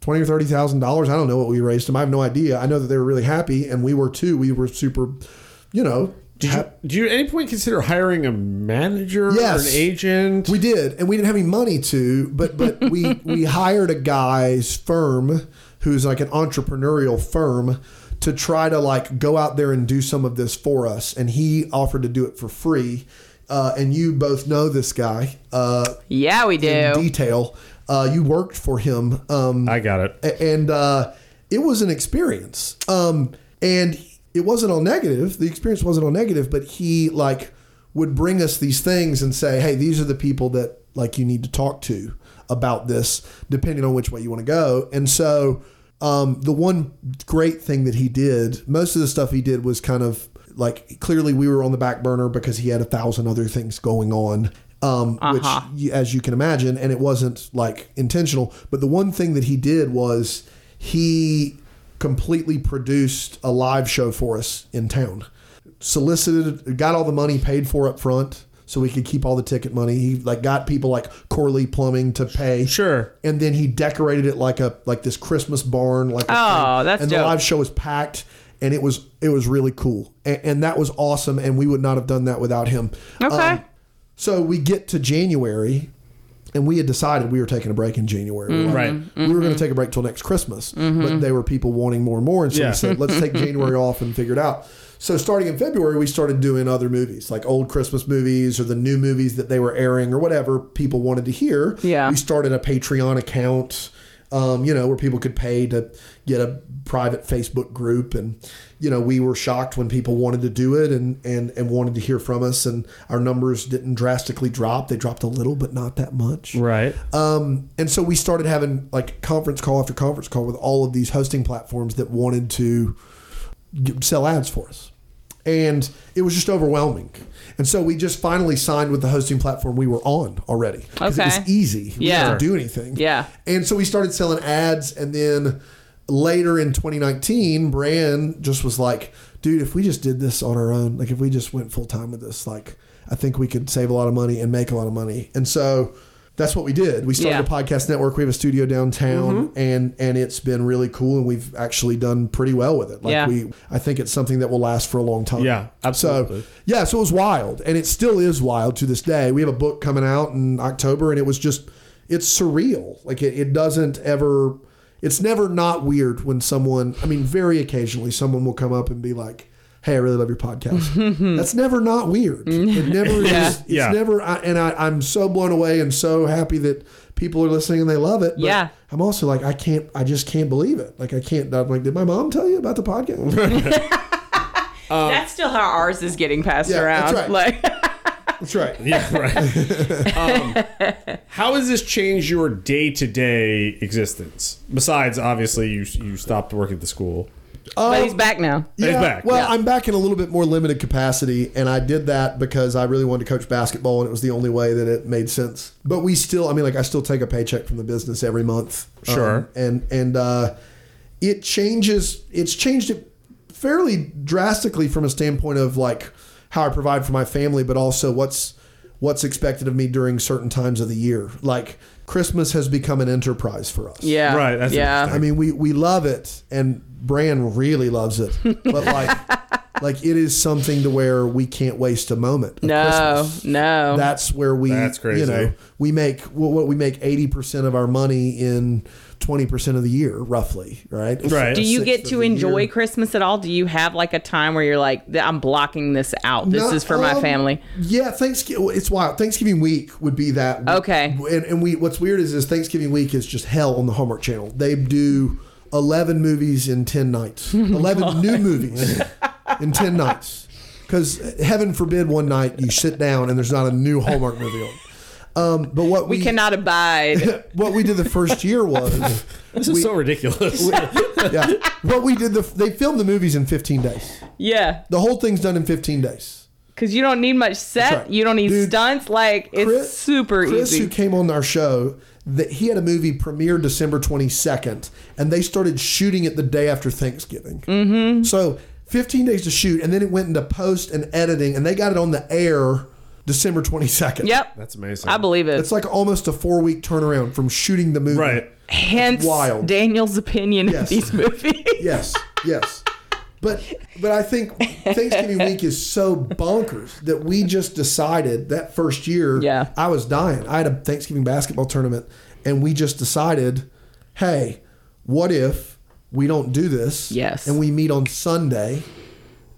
twenty or thirty thousand dollars. I don't know what we raised them. I have no idea. I know that they were really happy, and we were too. We were super, you know. Did you, hap- do you at any point consider hiring a manager Yes. or an agent? we did, and we didn't have any money to, but but we we hired a guy's firm who's like an entrepreneurial firm to try to like go out there and do some of this for us, and he offered to do it for free. Uh, and you both know this guy uh, Yeah, we in do. detail. Uh, you worked for him. Um, I got it. a- and uh, it was an experience. Um, and it wasn't all negative. The experience wasn't all negative, but he like would bring us these things and say, "Hey, these are the people that like you need to talk to about this, depending on which way you want to go." And so, um, the one great thing that he did, most of the stuff he did was kind of like clearly we were on the back burner because he had a thousand other things going on. Um, Uh-huh. Which you- as you can imagine, and it wasn't like intentional. But the one thing that he did was he completely produced a live show for us in town. Solicited, got all the money paid for up front, so we could keep all the ticket money. He like got people like Corley Plumbing to pay, Sure. and then he decorated it like a like this Christmas barn, like a Oh, that's and the dope. live show was packed. And it was it was really cool, and, and that was awesome. And we would not have done that without him. Okay. Um, so we get to January, and we had decided we were taking a break in January. Mm-hmm. We were like, Right. We were going to take a break till next Christmas, but there were people wanting more and more, and so Yeah. we said, "Let's take January off and figure it out." So starting in February, we started doing other movies, like old Christmas movies or the new movies that they were airing or whatever people wanted to hear. Yeah. we started a Patreon account. Um, you know, where people could pay to get a private Facebook group, and you know, we were shocked when people wanted to do it and and and wanted to hear from us, and our numbers didn't drastically drop. They dropped a little, but not that much. Right. Um, and so we started having like conference call after conference call with all of these hosting platforms that wanted to g- sell ads for us. And it was just overwhelming. And so we just finally signed with the hosting platform we were on already. 'Cause It Okay. was easy. We didn't have Yeah. to do anything. Yeah. And so we started selling ads. And then later in 2019, Brand just was like, dude, if we just did this on our own, like if we just went full time with this, like I think we could save a lot of money and make a lot of money. And so that's what we did. We started Yeah. Mm-hmm. a podcast network. We have a studio downtown and, and it's been really cool. And we've actually done pretty well with it. Like Yeah. we, I think it's something that will last for a long time. Yeah, absolutely. So, yeah, so it was wild, and it still is wild to this day. We have a book coming out in October, and it was just, it's surreal. Like it, it doesn't ever, it's never not weird when someone. I mean, very occasionally, someone will come up and be like, "Hey, I really love your podcast." That's never not weird. It never Yeah. is. It's Yeah. never. I, and I, I'm so blown away and so happy that people are listening and they love it. But Yeah. I'm also like, I can't. I just can't believe it. Like I can't. I'm like, did my mom tell you about the podcast? that's still how ours is getting passed Yeah, around. that's right. Like, Um, That's right. Yeah, right. um, how has this changed your day to day existence? Besides, obviously, you you stopped working at the school. but he's back now. He's back. Well, Yeah. I'm back in a little bit more limited capacity, and I did that because I really wanted to coach basketball, and it was the only way that it made sense. But we still, I mean, like I still take a paycheck from the business every month. Um, Sure. and and uh, it changes. It's changed it fairly drastically from a standpoint of like how I provide for my family, but also what's what's expected of me during certain times of the year. Like Christmas has become an enterprise for us. Yeah. Right, that's yeah. interesting. I mean, we we love it, and Bran really loves it. But like, like it is something to where we can't waste a moment. of No, Christmas. no. that's where we. That's crazy. You know, we make what what we make eighty percent of our money in twenty percent of the year, roughly. Right. It's Right. a do you sixth get of to the enjoy year. Christmas at all? Do you have like a time where you're like, "Th- I'm blocking this out. This No, is for my um, family. Yeah, Thanksgiving. It's wild. Thanksgiving week would be that. week. Okay. And, and we what's weird is is Thanksgiving week is just hell on the Hallmark Channel. They do eleven movies in ten nights. Eleven new movies in ten nights. Because heaven forbid one night you sit down and there's not a new Hallmark movie on. Um, but what we, We cannot abide. what we did the first year was This is so ridiculous. yeah, what we did the they filmed the movies in 15 days. yeah. The whole thing's done in 15 days. because you don't need much set. That's right. You don't need Dude, stunts. Like it's Chris- super Chris, easy. who came on our show, that he had a movie premiered December 22nd, and they started shooting it the day after Thanksgiving. Mm-hmm. So 15 days to shoot, and then it went into post and editing, and they got it on the air December 22nd. yep, That's amazing. I believe it. It's like almost a four week turnaround from shooting the movie. Right. Hence wild. Daniel's opinion of Yes. these movies. Yes, yes. But but I think Thanksgiving week is so bonkers that we just decided that first year Yeah. I was dying. I had a Thanksgiving basketball tournament and we just decided, hey, what if we don't do this? Yes. And we meet on Sunday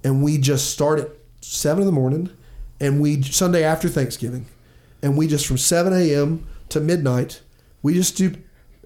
and we just start at seven in the morning and we Sunday after Thanksgiving. And we just from seven AM to midnight, we just do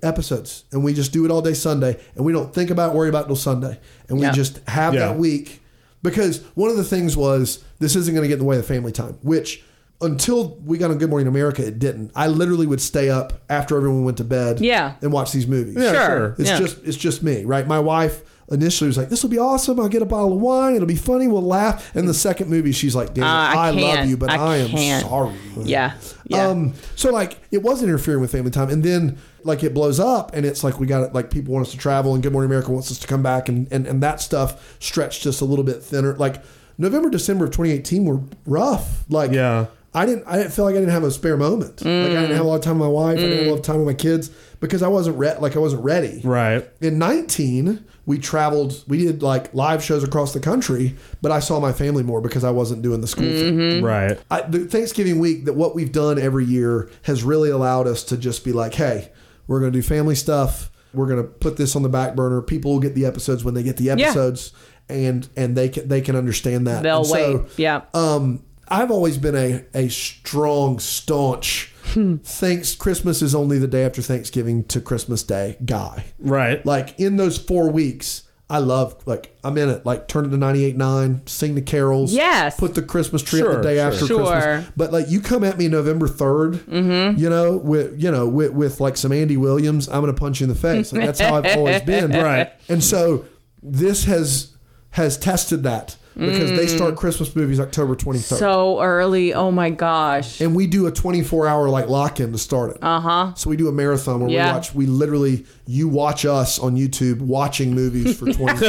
episodes and we just do it all day Sunday and we don't think about it, worry about it till Sunday. And we Yeah. just have Yeah. that week because one of the things was this isn't going to get in the way of family time, which until we got on Good Morning America, it didn't. I literally would stay up after everyone went to bed, Yeah. and watch these movies. sure. sure. It's Yeah. just it's just me, right? My wife initially was like, "This will be awesome. I'll get a bottle of wine. It'll be funny. We'll laugh." And the second movie, she's like, "Damn, it, Uh, I I, love can't. you, but I I, am can't." sorry." yeah, yeah. Um, so like it was interfering with family time, and then like it blows up, and it's like we got it. Like people want us to travel, and Good Morning America wants us to come back, and and, and that stuff stretched us a little bit thinner. Like November, December of 2018 were rough. Like Yeah. I didn't. I didn't feel like I didn't have a spare moment. Like I Mm. didn't have a lot of time with my wife. I didn't have a lot of time with my kids because I wasn't re- like I wasn't ready. Right. In 19, we traveled, we did like live shows across the country, but I saw my family more because I wasn't doing the school thing. Mm-hmm. Right. I, the Thanksgiving week that what we've done every year has really allowed us to just be like, hey, we're going to do family stuff. We're going to put this on the back burner. People will get the episodes when they get the Yeah. episodes, and and they can they can understand that. They'll And so, wait. Yeah. Um, I've always been a a strong staunch. Hmm. Thanks. Christmas is only the day after Thanksgiving to Christmas Day guy. Right. Like in those four weeks, I love like I'm in it. Like turn it to 98.9, sing the carols. Yes. Put the Christmas tree up Sure, the day sure. after Sure. Mm-hmm. Christmas. But like you come at me November 3rd you know, with you know, with, with like some Andy Williams, I'm gonna punch you in the face. Like that's how I've always been. Right. And so this has has tested that because they start Christmas movies October 23rd. Mm. so early. Oh my gosh. and we do a 24 hour like lock in to start it. Uh huh. So we do a marathon where Yeah. we watch. We literally you watch us on YouTube watching movies for twenty,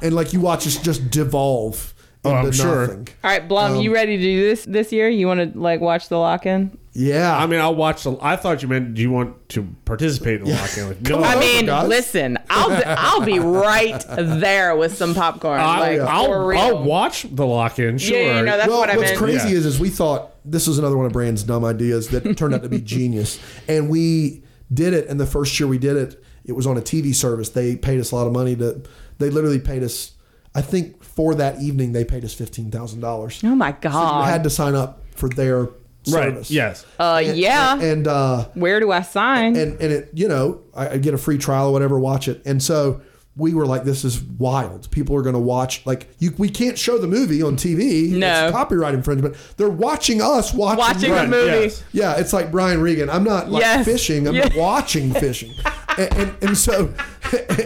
and like you watch us just devolve Oh, into I'm sure. nothing. All right, Blum, Um, you ready to do this this year? You want to like watch the lock in? Yeah, I mean, I'll watch the. I thought you meant do you want to participate in the lock-in? Like, no, on. I Oh, mean, guys. listen, I'll be, I'll be right there with some popcorn. I, like, for will real. I'll watch the lock-in. Sure. yeah, yeah, no, that's well, what I what's meant. crazy Yeah. is, is we thought this was another one of Brand's dumb ideas that turned out to be genius, and we did it. And the first year we did it, it was on a TV service. They paid us a lot of money to. They literally paid us. I think for that evening they paid us fifteen thousand dollars. oh my You god. had to sign up for their right. service. Yes. uh, And- yeah. And uh, Where do I sign? and and it you know I, I get a free trial or whatever watch it and so we were like this is wild people are going to watch like you we can't show the movie on tv No. it's copyright infringement they're watching us watching, Watching Right, a movie. yes. yeah it's like brian regan i'm not like Yes. fishing i'm Yeah. watching fishing and, and, and so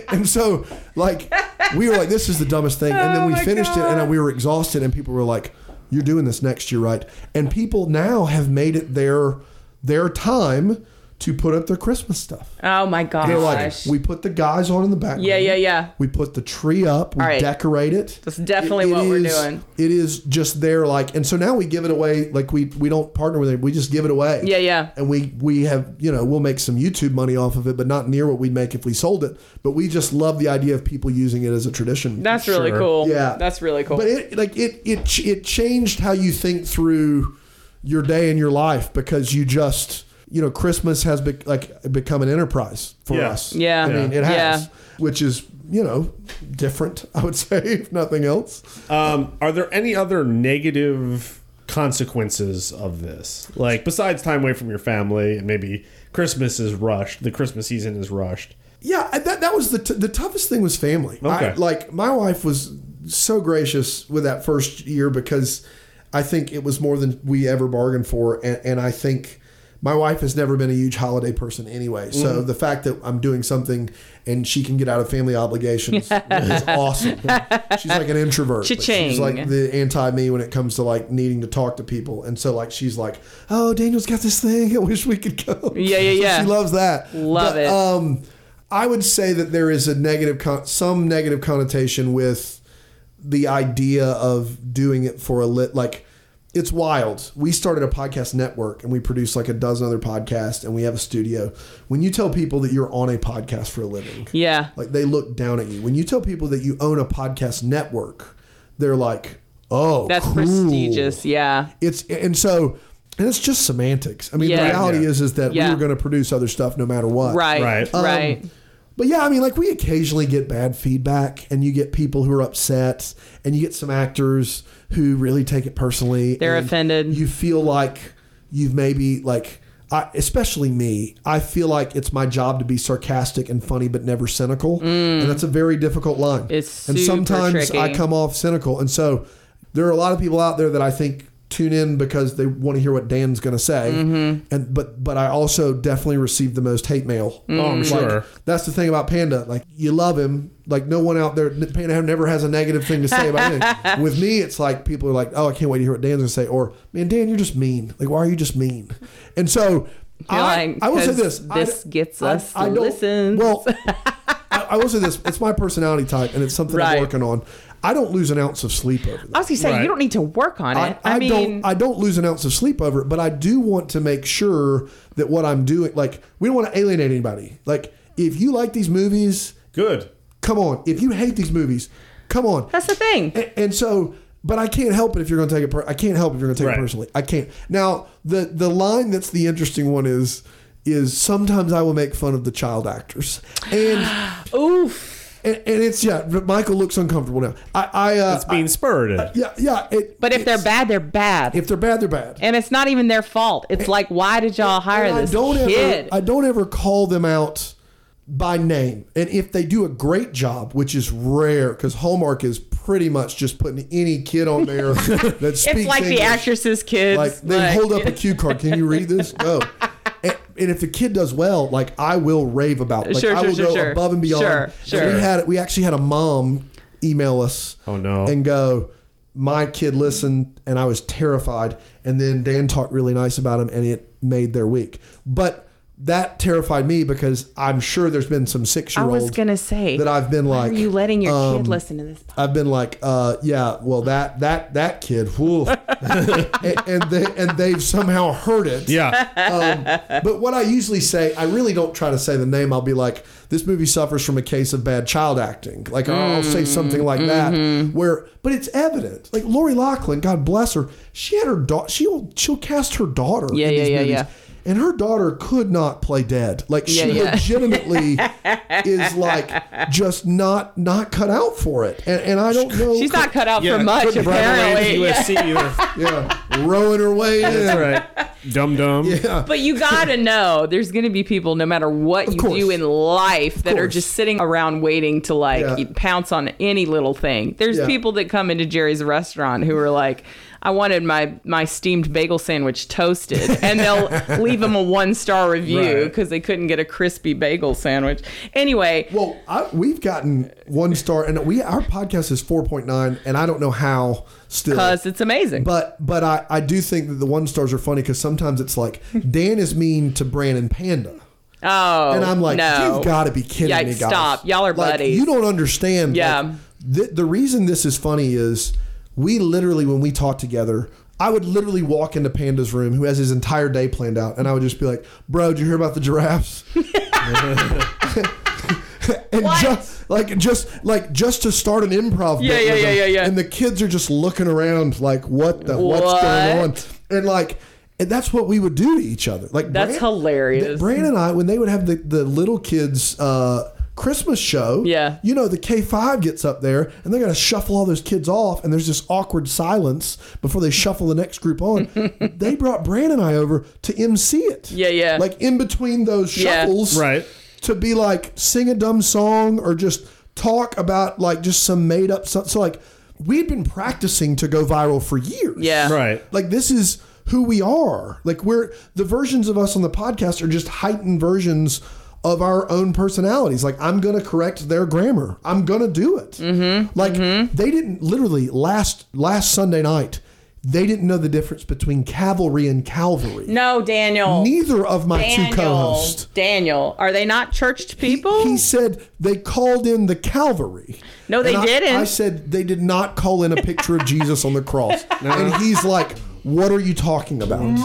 and so like we were like this is the dumbest thing and Oh then we my finished it God. and we were exhausted and people were like you're doing this next year right and people now have made it their their time to put up their christmas stuff Oh my gosh. they're like we put the guys on in the background yeah, yeah, yeah. we put the tree up we All right. decorate it That's definitely what we're doing. it is just there like and so now we give it away like we we don't partner with it we just give it away Yeah, yeah. and we we have you know we'll make some youtube money off of it but not near what we'd make if we sold it but we just love the idea of people using it as a tradition That's really Sure. cool. Yeah. That's really cool. but it like it it ch- it changed how you think through your day and your life because you just you know Christmas has be- like become an enterprise for Yeah. us. Yeah. I mean Yeah. it has, Yeah. which is you know different. I would say if nothing else. Um, are there any other negative consequences of this? Like besides time away from your family, and maybe Christmas is rushed. The Christmas season is rushed. Yeah, I- that that was the t- the toughest thing was family. Okay. I, like my wife was so gracious with that first year because I think it was more than we ever bargained for, and, and I think my wife has never been a huge holiday person anyway. So Mm-hmm. the fact that I'm doing something and she can get out of family obligations is awesome. She's like an introvert. but She's Cha-ching. like the anti me when it comes to like needing to talk to people. And so like she's like, "Oh, Daniel's got this thing. I wish we could go." Yeah, yeah, So yeah. she loves that. Love it. Um, I would say that there is a negative, con- some negative connotation with the idea of doing it for a lit. Like, it's wild. We started a podcast network and we produce like a dozen other podcasts and we have a studio. When you tell people that you're on a podcast for a living, Yeah. like they look down at you. When you tell people that you own a podcast network, they're like, "Oh, That's cool." prestigious. Yeah. It's and so and it's just semantics. I mean, the Yeah. reality Yeah. is is that Yeah. we were going to produce other stuff no matter what. Right. Right. Right. Um, But yeah, I mean, like we occasionally get bad feedback, and you get people who are upset, and you get some actors who really take it personally. They're and offended. You feel like you've maybe like, I, especially me. I feel like it's my job to be sarcastic and funny, but never cynical, and that's a very difficult line. Mm. It's and super sometimes I tricky. come off cynical, and so there are a lot of people out there that I think tune in because they want to hear what Dan's going to say, Mm-hmm. and but but I also definitely receive the most hate mail. Mm. Oh, I'm Like, sure. that's the thing about Panda. Like you love him. Like no one out there, Panda never has a negative thing to say about anything. With me, it's like people are like, "Oh, I can't wait to hear what Dan's gonna say," or "Man, Dan, you're just mean. Like, why are you just mean?" And so, I, like, I will say 'cause this: this gets us don't- listens. Well, I, I will say this: it's my personality type, and it's something I'm Right. working on. I don't lose an ounce of sleep over that. I was gonna say Right. you don't need to work on it. I, mean, don't I don't lose an ounce of sleep over it, but I do want to make sure that what I'm doing like we don't want to alienate anybody. Like if you like these movies, Good. come on. If you hate these movies, come on. that's the thing. And, and so but I can't help it if you're going to take it per- I can't help if you're going to take Right. it personally. I can't. Now, the the line that's the interesting one is is sometimes I will make fun of the child actors. And Oof. and, and it's yeah, but Michael looks uncomfortable now. I I uh, It's being spirited. I- yeah, yeah, it, But if they're it's- bad, they're bad. if they're bad, they're bad. and it's not even their fault. It's like, why did y'all hire And this I don't kid? ever I don't ever call them out by name. And if they do a great job, which is rare because Hallmark is pretty much just putting any kid on there that speaks it's like English. the actress's kids. Like they like- hold up a cue card. Can you read this? No. And, and if the kid does well, like I will rave about. Like Sure, I sure, will sure, go sure. above and beyond. Sure, And sure. We had we actually had a mom email us. Oh, no. And go, my kid listened, and I was terrified. And then Dan talked really nice about him, and it made their week. But that terrified me because I'm sure there's been some six year I was olds gonna say that I've been why like, are you letting your um, kid listen to this? I've been like, uh, yeah, well, that that that kid, whew. and, and they and they've somehow heard it. Yeah. Um, but what I usually say, I really don't try to say the name. I'll be like, this movie suffers from a case of bad child acting. Like oh, I'll Mm-hmm. say something like that, where but it's evident. Like Lori Lachlan, God bless her, she had her daughter. She'll she'll cast her daughter. Yeah, in yeah, these yeah, movies. yeah. And her daughter could not play dead. Like she Yeah, yeah. legitimately is like just not not cut out for it. And, and I don't know. She's not cut out yeah. for much, couldn't run away apparently. to Yeah. USC either. yeah, rowing her way in. That's right. Dum dum. Yeah. But you gotta know there's gonna be people, no matter what you course. do in life, that are course. just sitting around waiting to like Yeah. pounce on any little thing. There's Yeah. people that come into Jerry's restaurant who are like, I wanted my my steamed bagel sandwich toasted, and they'll leave them a one star review Right. because they couldn't get a crispy bagel sandwich. Anyway, Well, I, we've gotten one star, and we our podcast is four point nine, and I don't know how still. because it's amazing. But but I, I do think that the one stars are funny because sometimes it's like Dan is mean to Brandon Panda, oh, and I'm like, no. you've got to be kidding me, Yikes, guys. stop. Y'all are like, buddies. You don't understand. Yeah. like, the, the reason this is funny is we literally when we talk together. I would literally walk into Panda's room, who has his entire day planned out, and I would just be like, "Bro, did you hear about the giraffes?" and What? just like just like just to start an improv bit Yeah, yeah, with yeah, them. yeah, yeah. and the kids are just looking around like what the what's going on What? and like and that's what we would do to each other like That's hilarious. that Brand and I when they would have the the little kids uh Christmas show, Yeah. You know the K five gets up there, and they're gonna shuffle all those kids off, and there's this awkward silence before they shuffle the next group on. they brought Brand and I over to MC it, Yeah, yeah. Like in between those Yeah. shuffles, Right. to be like sing a dumb song or just talk about like just some made up stuff. So like we'd been practicing to go viral for years. Yeah. Right. Like this is who we are. Like we're the versions of us on the podcast are just heightened versions of our own personalities. Like I'm gonna correct their grammar. I'm gonna do it. Like they didn't literally last last Sunday night. They didn't know the difference between cavalry and Calvary. No, Daniel. Neither of my Daniel. two co-hosts. Daniel. Are they not churched people? He said they called in the Calvary. Oh. No, they And I- didn't. I said they did not call in a picture of Jesus on the cross. And he's like, "What are you talking about?"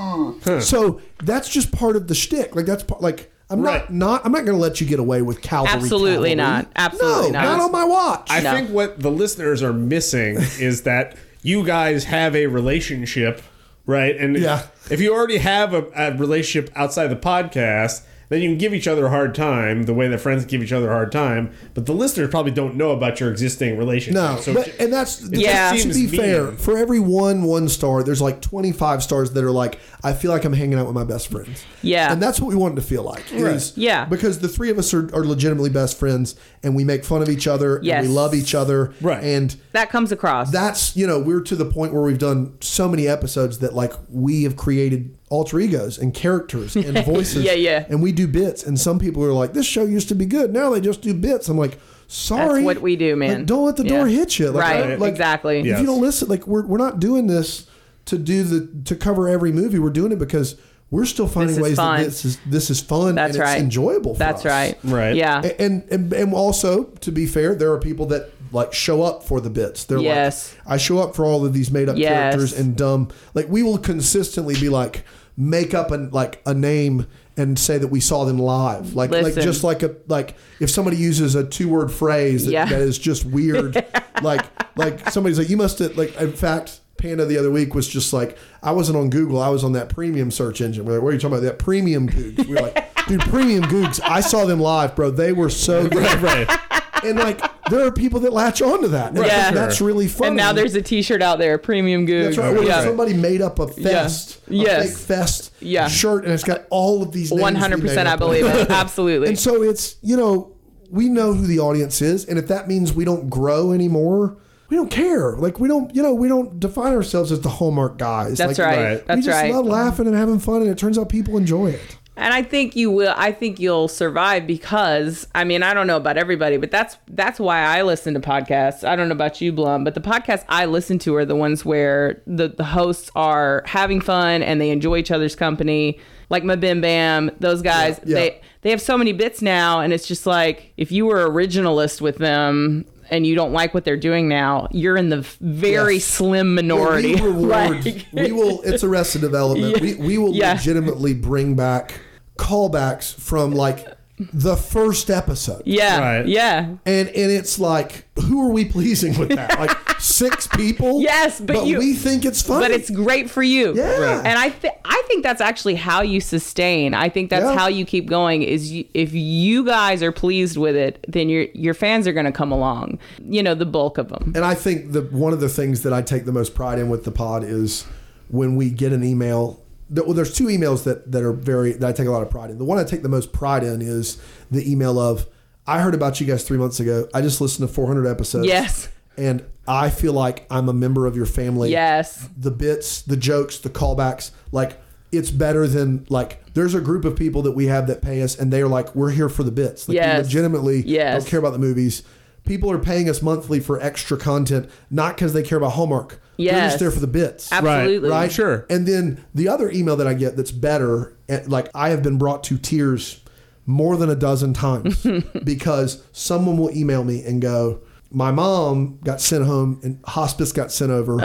Mm. so that's just part of the shtick. Like that's part, like I'm Right. not not I'm not going to let you get away with Calvary. Absolutely Calvary. not. Absolutely no, not. not. on my watch. I No. think what the listeners are missing is that you guys have a relationship, right? And if- Yeah. if you already have a, a relationship outside the podcast, then you can give each other a hard time the way that friends give each other a hard time. But the listeners probably don't know about your existing relationship. no, So but, ju- and that's Yeah. yeah. To seems be mean. fair, for every one one star, there's like 25 stars that are like, "I feel like I'm hanging out with my best friends." Yeah. and that's what we wanted to feel like. Is, Yeah. because the three of us are, are legitimately best friends, and we make fun of each other, Yes. and we love each other, Right. and that comes across. that's you know we're to the point where we've done so many episodes that like we have created alter egos and characters and voices Yeah, yeah. and we do bits and some people are like this show used to be good now they just do bits i'm like sorry That's what we do, man. Like, don't let the door Yeah. hit you like, Right, I- like, exactly. if Yes. you don't listen like we're, we're not doing this to do the to cover every movie we're doing it because we're still finding is ways fun. that this is this is fun That's and it's right. enjoyable for That's us. right. Right. Yeah. A- and, and and also to be fair, there are people that like show up for the bits. They're Yes. like, I show up for all of these made up Yes. characters and dumb. Like we will consistently be like make up an like a name and say that we saw them live. Like Listen. like just like a like if somebody uses a two word phrase that, Yeah. that is just weird. like like somebody's like you must have like in fact. Panda the other week was just like I wasn't on Google. I was on that premium search engine. We're like, what are you talking about? That premium Googs. We were like, dude, premium Googs. I saw them live, bro. They were so good right, right. and like there are people that latch on to that. And Yeah. that's- that's really funny. and now there's a T-shirt out there, premium goo. that's right. When Yeah. somebody made up a fest, a Yes. fake fest Yeah. shirt, and it's got all of these. names we One hundred made percent, I up on believe it. it. Absolutely. And so it's you know we know who the audience is, and if that means we don't grow anymore, we don't care. Like we don't you know we don't define ourselves as the Hallmark guys. That's Like, right. Right. That's we just right. love laughing and having fun, and it turns out people enjoy it. And I think you will. I think you'll survive because I mean I don't know about everybody, but that's that's why I listen to podcasts. I don't know about you, Blum, but the podcasts I listen to are the ones where the the hosts are having fun and they enjoy each other's company. Like my Bim Bam, those guys. Yeah, yeah. They they have so many bits now, and it's just like if you were originalist with them and you don't like what they're doing now, you're in the very Yes. slim minority. We reward. Like- we will. It's arrested development. We, we will Yeah. legitimately bring back callbacks from like the first episode. yeah, Right. yeah. And and it's like, who are we pleasing with that? Like six people. Yes, but you- we think it's funny. But it's great for you. Yeah. Right. And I th- I think that's actually how you sustain. I think that's Yeah. how you keep going is you, if you guys are pleased with it, then your your fans are going to come along. You know, the bulk of them. And I think the one of the things that I take the most pride in with the pod is when we get an email. that- Well, there's two emails that, that are very that I take a lot of pride in. The one I take the most pride in is the email of I heard about you guys three months ago. I just listened to 400 episodes. Yes. and I feel like I'm a member of your family. Yes. the bits, the jokes, the callbacks, like it's better than like there's a group of people that we have that pay us and they are like we're here for the bits. Like we Yes. legitimately Yes. don't care about the movies. People are paying us monthly for extra content, not because they care about Hallmark. They're Yes. just there for the bits. Absolutely. Right? Sure. And then the other email that I get that's better, at, like I have been brought to tears more than a dozen times because someone will email me and go, My mom got sent home and hospice got sent over.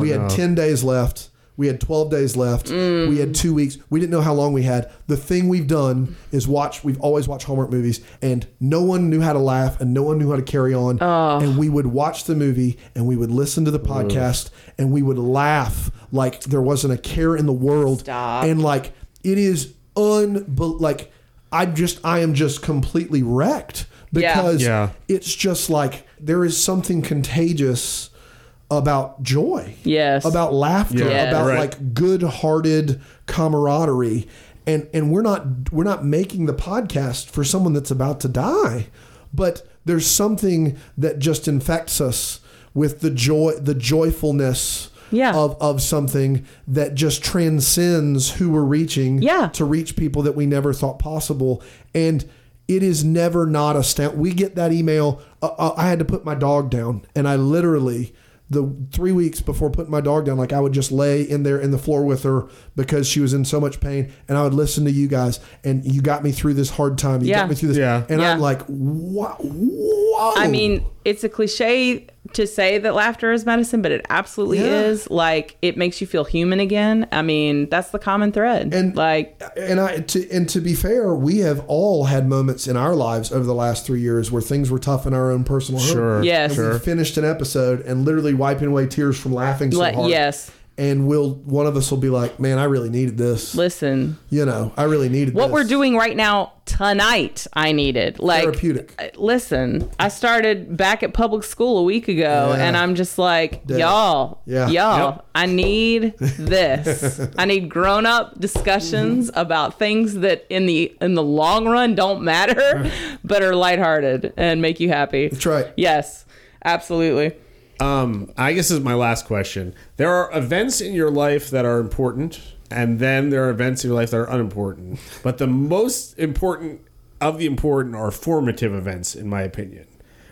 we had 10 days left. We had 12 days left. Mm. We had two weeks. We didn't know how long we had. The thing we've done is watch, we've always watched Hallmark movies, and no one knew how to laugh and no one knew how to carry on. Oh. And we would watch the movie and we would listen to the podcast and we would laugh like there wasn't a care in the world. Stop. And like, it is unbel like, I just, I am just completely wrecked Yeah. because Yeah. it's just like there is something contagious about joy Yes. about laughter, Yeah. about Right. like good-hearted camaraderie, and and we're not we're not making the podcast for someone that's about to die, but there's something that just infects us with the joy, the joyfulness Yeah. of of something that just transcends who we're reaching Yeah. to reach people that we never thought possible and it is never not astounding we get that email uh, uh, i had to put my dog down and i literally the three weeks before putting my dog down like i would just lay in there in the floor with her because she was in so much pain and i would listen to you guys and you got me through this hard time you Yeah. got me through this Yeah. and i'm Yeah. like wow whoa I mean, it's a cliche to say that laughter is medicine, but it absolutely Yeah. is. Like, it makes you feel human again. I mean, that's the common thread. And- like, and I to, and to be fair, we have all had moments in our lives over the last three years where things were tough in our own personal. home. Sure. Yes. And Sure. We finished an episode and literally wiping away tears from laughing so like hard. yes, And we'll one of us will be like, "Man, I really needed this. listen, You know, I really needed what this." we're doing right now tonight, I needed. Like, Therapeutic. uh, Listen, I started back at public school a week ago, Yeah. and I'm just like, Dead. y'all, Yeah. y'all, I need this. I need grown up discussions Mm-hmm. about things that in the in the long run don't matter, but are lighthearted and make you happy. That's right. Yes, absolutely. Um, I guess this is my last question. There are events in your life that are important, and then there are events in your life that are unimportant. But the most important of the important are formative events, in my opinion.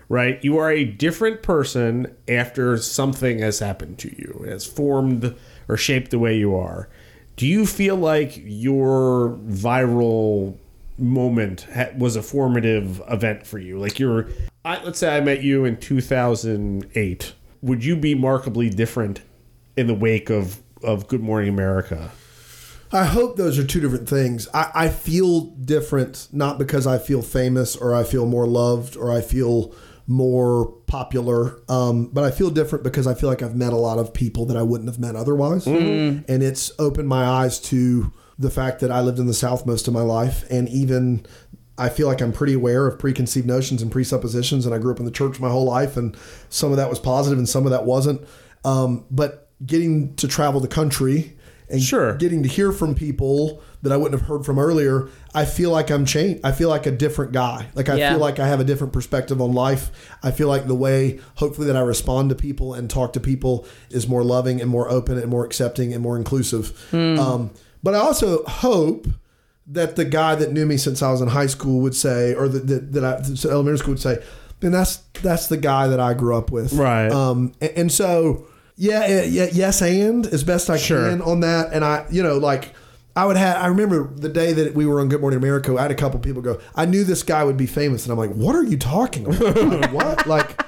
Right? You are a different person after something has happened to you, has formed or shaped the way you are. Do you feel like your viral moment ha- was a formative event for you? Like you're, I, let's say I met you in 2008. Would you be markedly different in the wake of, of Good Morning America? I hope those are two different things. I, I feel different, not because I feel famous or I feel more loved or I feel more popular, um, but I feel different because I feel like I've met a lot of people that I wouldn't have met otherwise. And it's opened my eyes to the fact that I lived in the South most of my life. And even I feel like I'm pretty aware of preconceived notions and presuppositions. And I grew up in the church my whole life, and some of that was positive and some of that wasn't. Um, but getting to travel the country and Sure. getting to hear from people that I wouldn't have heard from earlier, I feel like I'm changed. I feel like a different guy. Like I Yeah. feel like I have a different perspective on life. I feel like the way, hopefully, that I respond to people and talk to people is more loving and more open and more accepting and more inclusive. Um, but I also hope that the guy that knew me since I was in high school would say, or that that, that I so elementary school would say, and that's that's the guy that I grew up with, Right. Um, a- and, so yeah, yeah, yeah, yes, and as best I Sure. can on that, and I, you know, like. I would have. I remember the day that we were on Good Morning America. I had a couple people go. I knew this guy would be famous, and I'm like, "What are you talking about? Like, what? Like,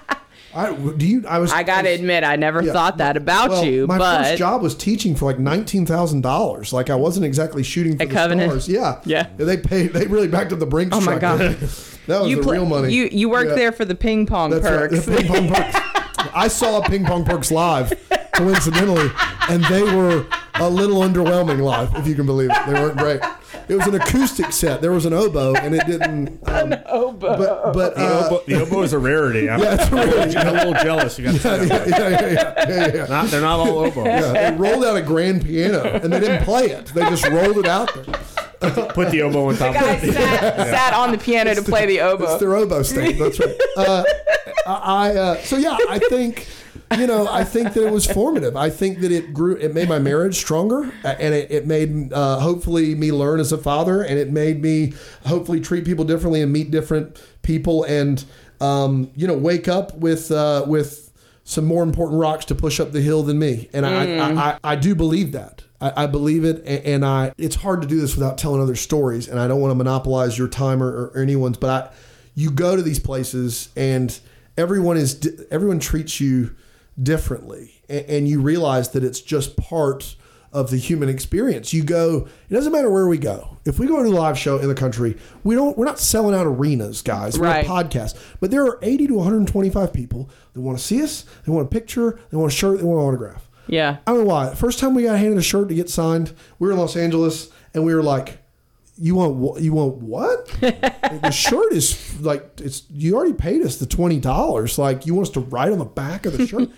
I do you? I was. I gotta was- admit, I never Yeah. thought that about well, you, my but first job was teaching for like nineteen thousand dollars. Like I wasn't exactly shooting for At the Covenant? stars. Yeah, Yeah. They paid. They really backed up the Brinks. Oh my God. that was you the pl- real money. You you worked Yeah. there for the ping pong That's right. perks. The Ping Pong Perks. I saw Ping Pong Perks live, coincidentally, and they were a little underwhelming live, if you can believe it. They weren't great. It was an acoustic set. There was an oboe, and it didn't. Um, an oboe. But, but The, uh, oboe, the oboe is a rarity. I'm, it's a rarity. I'm a little jealous. You got to say that. yeah, yeah, yeah, yeah, yeah, yeah. Not, they're not all oboes. Yeah, they rolled out a grand piano and they didn't play it. They just rolled it out there. Put the oboe on top guy of it. sat, sat on the piano to play the It's oboe. their oboe stand. That's right. Uh, I I, uh, so yeah, I think you know I think that it was formative. I think that it grew. It made my marriage stronger, uh, and it, it made uh, hopefully me learn as a father, and it made me hopefully treat people differently and meet different people, and um, you know wake up with uh, with some more important rocks to push up the hill than me, and I, I, I I do believe that. I, I believe it, and, and I. It's hard to do this without telling other stories, and I don't want to monopolize your time or, or anyone's. But I, you go to these places, and everyone is di- everyone treats you differently, and, and you realize that it's just part of the human experience. You go. It doesn't matter where we go. If we go to a live show in the country, we don't. We're not selling out arenas, guys. We're a Right. pod- podcast. But there are 80 to 125 people that want to see us, they want a picture, they want a shirt, they want an autograph. Yeah. I don't know why. First time we got handed a shirt to get signed, we were in Los Angeles and we were like, you want wha- you want what? Like, the shirt is like it's you already paid us the twenty dollars. Like you want us to write on the back of the shirt,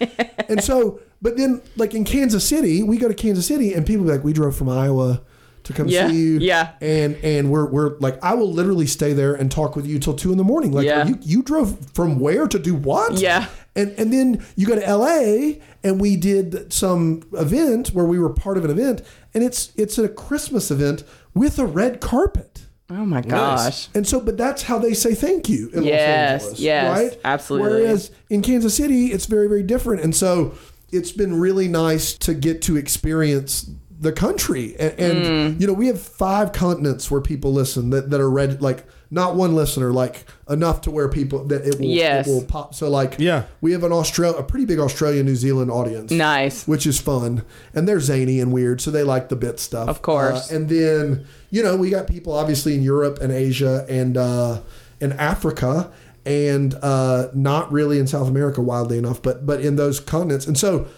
and so but then like in Kansas City, we go to Kansas City and people be like, we drove from Iowa to come Yeah, see you. yeah. And and we're we're like I will literally stay there and talk with you till two in the morning. Like Yeah. you you drove from where to do what? Yeah. And and then you go to LA and we did some event where we were part of an event and it's it's a Christmas event with a red carpet. Oh my gosh. And so, but that's how they say thank you in Yes, Los Angeles, yes, right? absolutely. Whereas in Kansas City, it's very, very different. And so, it's been really nice to get to experience the country. And, Mm. and you know, we have five continents where people listen that, that are read like not one listener, like enough to where people that it will, Yes. it will pop. So, like, Yeah. we have an Australia, a pretty big Australia, New Zealand audience Nice. which is fun. And they're zany and weird, so they like the bit stuff. Of course. Uh, and then, you know, we got people obviously in Europe and Asia and uh, and Africa and uh, not really in South America, wildly enough, but but in those continents. And so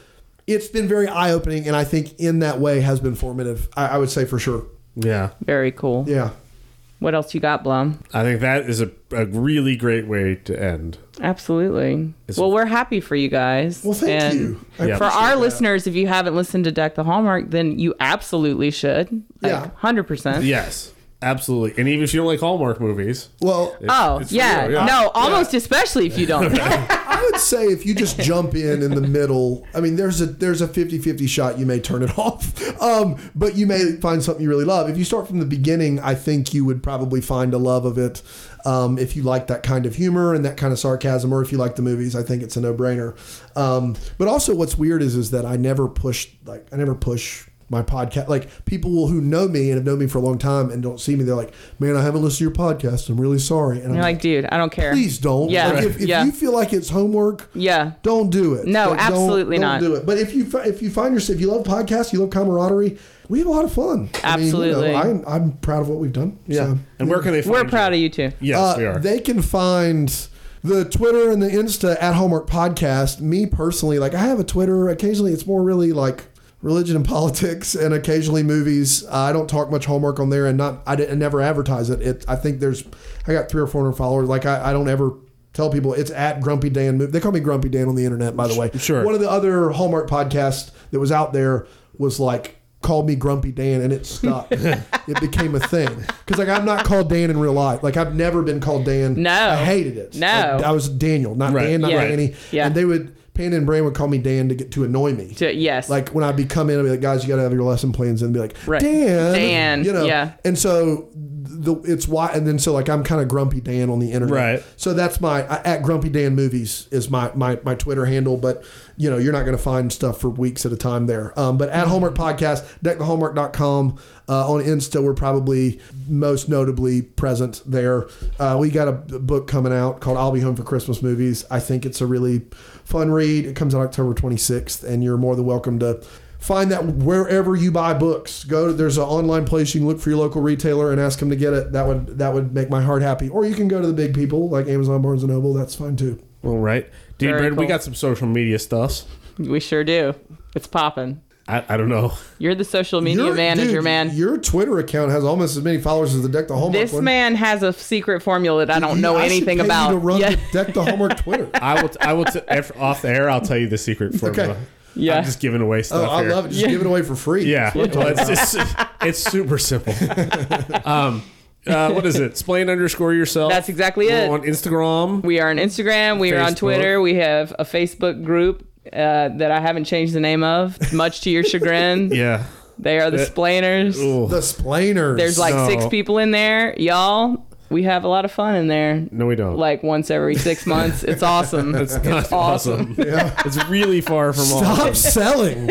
it's been very eye opening and I think in that way has been formative. I, I would say for sure. Yeah. Very cool. Yeah. What else you got, Blum? I think that is a, a really great way to end. Absolutely. well, we're happy for you guys. Well, thank And you. Yeah. For our listeners, if you haven't listened to Deck the Hallmark, then you absolutely should. Like Yeah. 100%. Yes. Absolutely. And even if you don't like Hallmark movies, Well, Oh, it's for yeah. you, yeah. No, almost especially if you don't. I would say if you just jump in in the middle, I mean, there's a there's a 50-50 shot you may turn it off, um, but you may find something you really love. If you start from the beginning, I think you would probably find a love of it. Um, if you like that kind of humor and that kind of sarcasm, or if you like the movies, I think it's a no-brainer. Um, but also, what's weird is is that I never push like I never push my podcast like people will who know me and have known me for a long time and don't see me they're like man i haven't listened to your podcast i'm really sorry and i'm You're like like, dude, I don't care. please don't Yeah. Like, if, if Yeah. you feel like it's homework Yeah. don't do it. No, don't- absolutely don't not. do it. But if you fi- if you find yourself, if you love podcasts, you love camaraderie. We have a lot of fun. I mean, you know, Absolutely. I'm I'm proud of what we've done. So, and where can they find We're you? proud of you too. Yes, uh, we are. They can find the Twitter and the Insta at Hallmark Podcast. Me personally, like I have a Twitter. Occasionally, it's more really like religion and politics, and occasionally movies. Uh, I don't talk much Hallmark on there, and not I, didn't- I never advertise it. it. I think there's I got three or four hundred followers. Like I, I don't ever. Tell people it's at Grumpy Dan. Mov- They call me Grumpy Dan on the internet, by the way. Sure. One of the other Hallmark podcasts that was out there was like called me Grumpy Dan, and it stuck. it became a thing because like I'm not called Dan in real life. Like I've never been called Dan. No. I hated it. No. I, I was Daniel, not Right. Dan, not Yeah. Danny. Yeah. And they would Panda and Brand would call me Dan to get to annoy me. To- yes. Like when I'd be coming, I'd be like, guys, you got to have your lesson plans, and be like, Right. Dan, Dan, you know. yeah. And so the it's why, and then so like I'm kind of grumpy Dan on the internet, Right. So that's my I- at grumpy Dan movies is my my my Twitter handle, but you know you're not going to find stuff for weeks at a time there. Um, but at Hallmark Podcast, deckthehallmark.com uh, on Insta, we're probably most notably present there. Uh, we got a book coming out called "I'll Be Home for Christmas" movies. I think it's a really fun read. It comes out October 26th, and you're more than welcome to find that wherever you buy books go to, there's an online place you can look for your local retailer and ask them to get it that would that would make my heart happy or you can go to the big people like amazon barnes and noble that's fine too All right. Dude, Very Brad, we cool. got some social media stuffs. We sure do. It's popping. I, I don't know. You're the social media Your- manager, dude, man. your twitter account has almost as many followers as the deck the hallmark this one. man has a secret formula that I don't You- know I should anything pay you about. to run yeah. the deck the hallmark twitter I will. T- I will. T- af- off the air, I'll tell you the secret formula. Yeah. I'm just giving away oh stuff. i here. love it just give it away for free Yeah, That's what I'm well, talking it's, about. it's, it's super simple. um, uh, what is it? Splain underscore yourself. That's exactly We're it. On Instagram. We are on Instagram. We are on Facebook. Twitter. We have a Facebook group uh, that I haven't changed the name of, much to your chagrin. Yeah. They are the That- Splainers. Ooh. the splainers There's like No. six people in there, y'all. We have a lot of fun in there. No, we don't. Like once every six months. It's awesome. It's, That's awesome. Yeah. It's really far from stop awesome. selling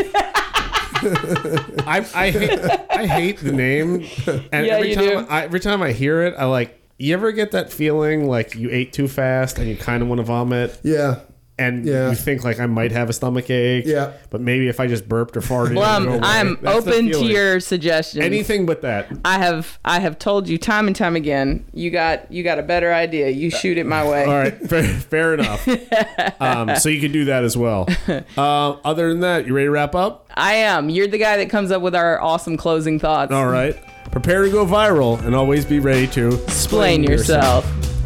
I, I hate I hate the name. And Yeah, every you time do. I, every time I hear it, I like you ever get that feeling like you ate too fast and you kind of want to vomit yeah and Yeah. you think like I might have a stomach ache. Yeah. But maybe if I just burped or farted. it'll go Blum, away. I'm That's the um, open to feeling. your suggestions. anything but that. I have I have told you time and time again. You got you got a better idea. You shoot it my way. Uh, All right, fair, fair enough. Um, so you can do that as well. Uh, other than that, you ready to wrap up? I am. You're the guy that comes up with our awesome closing thoughts. All right. Prepare to go viral and always be ready to Explain yourself.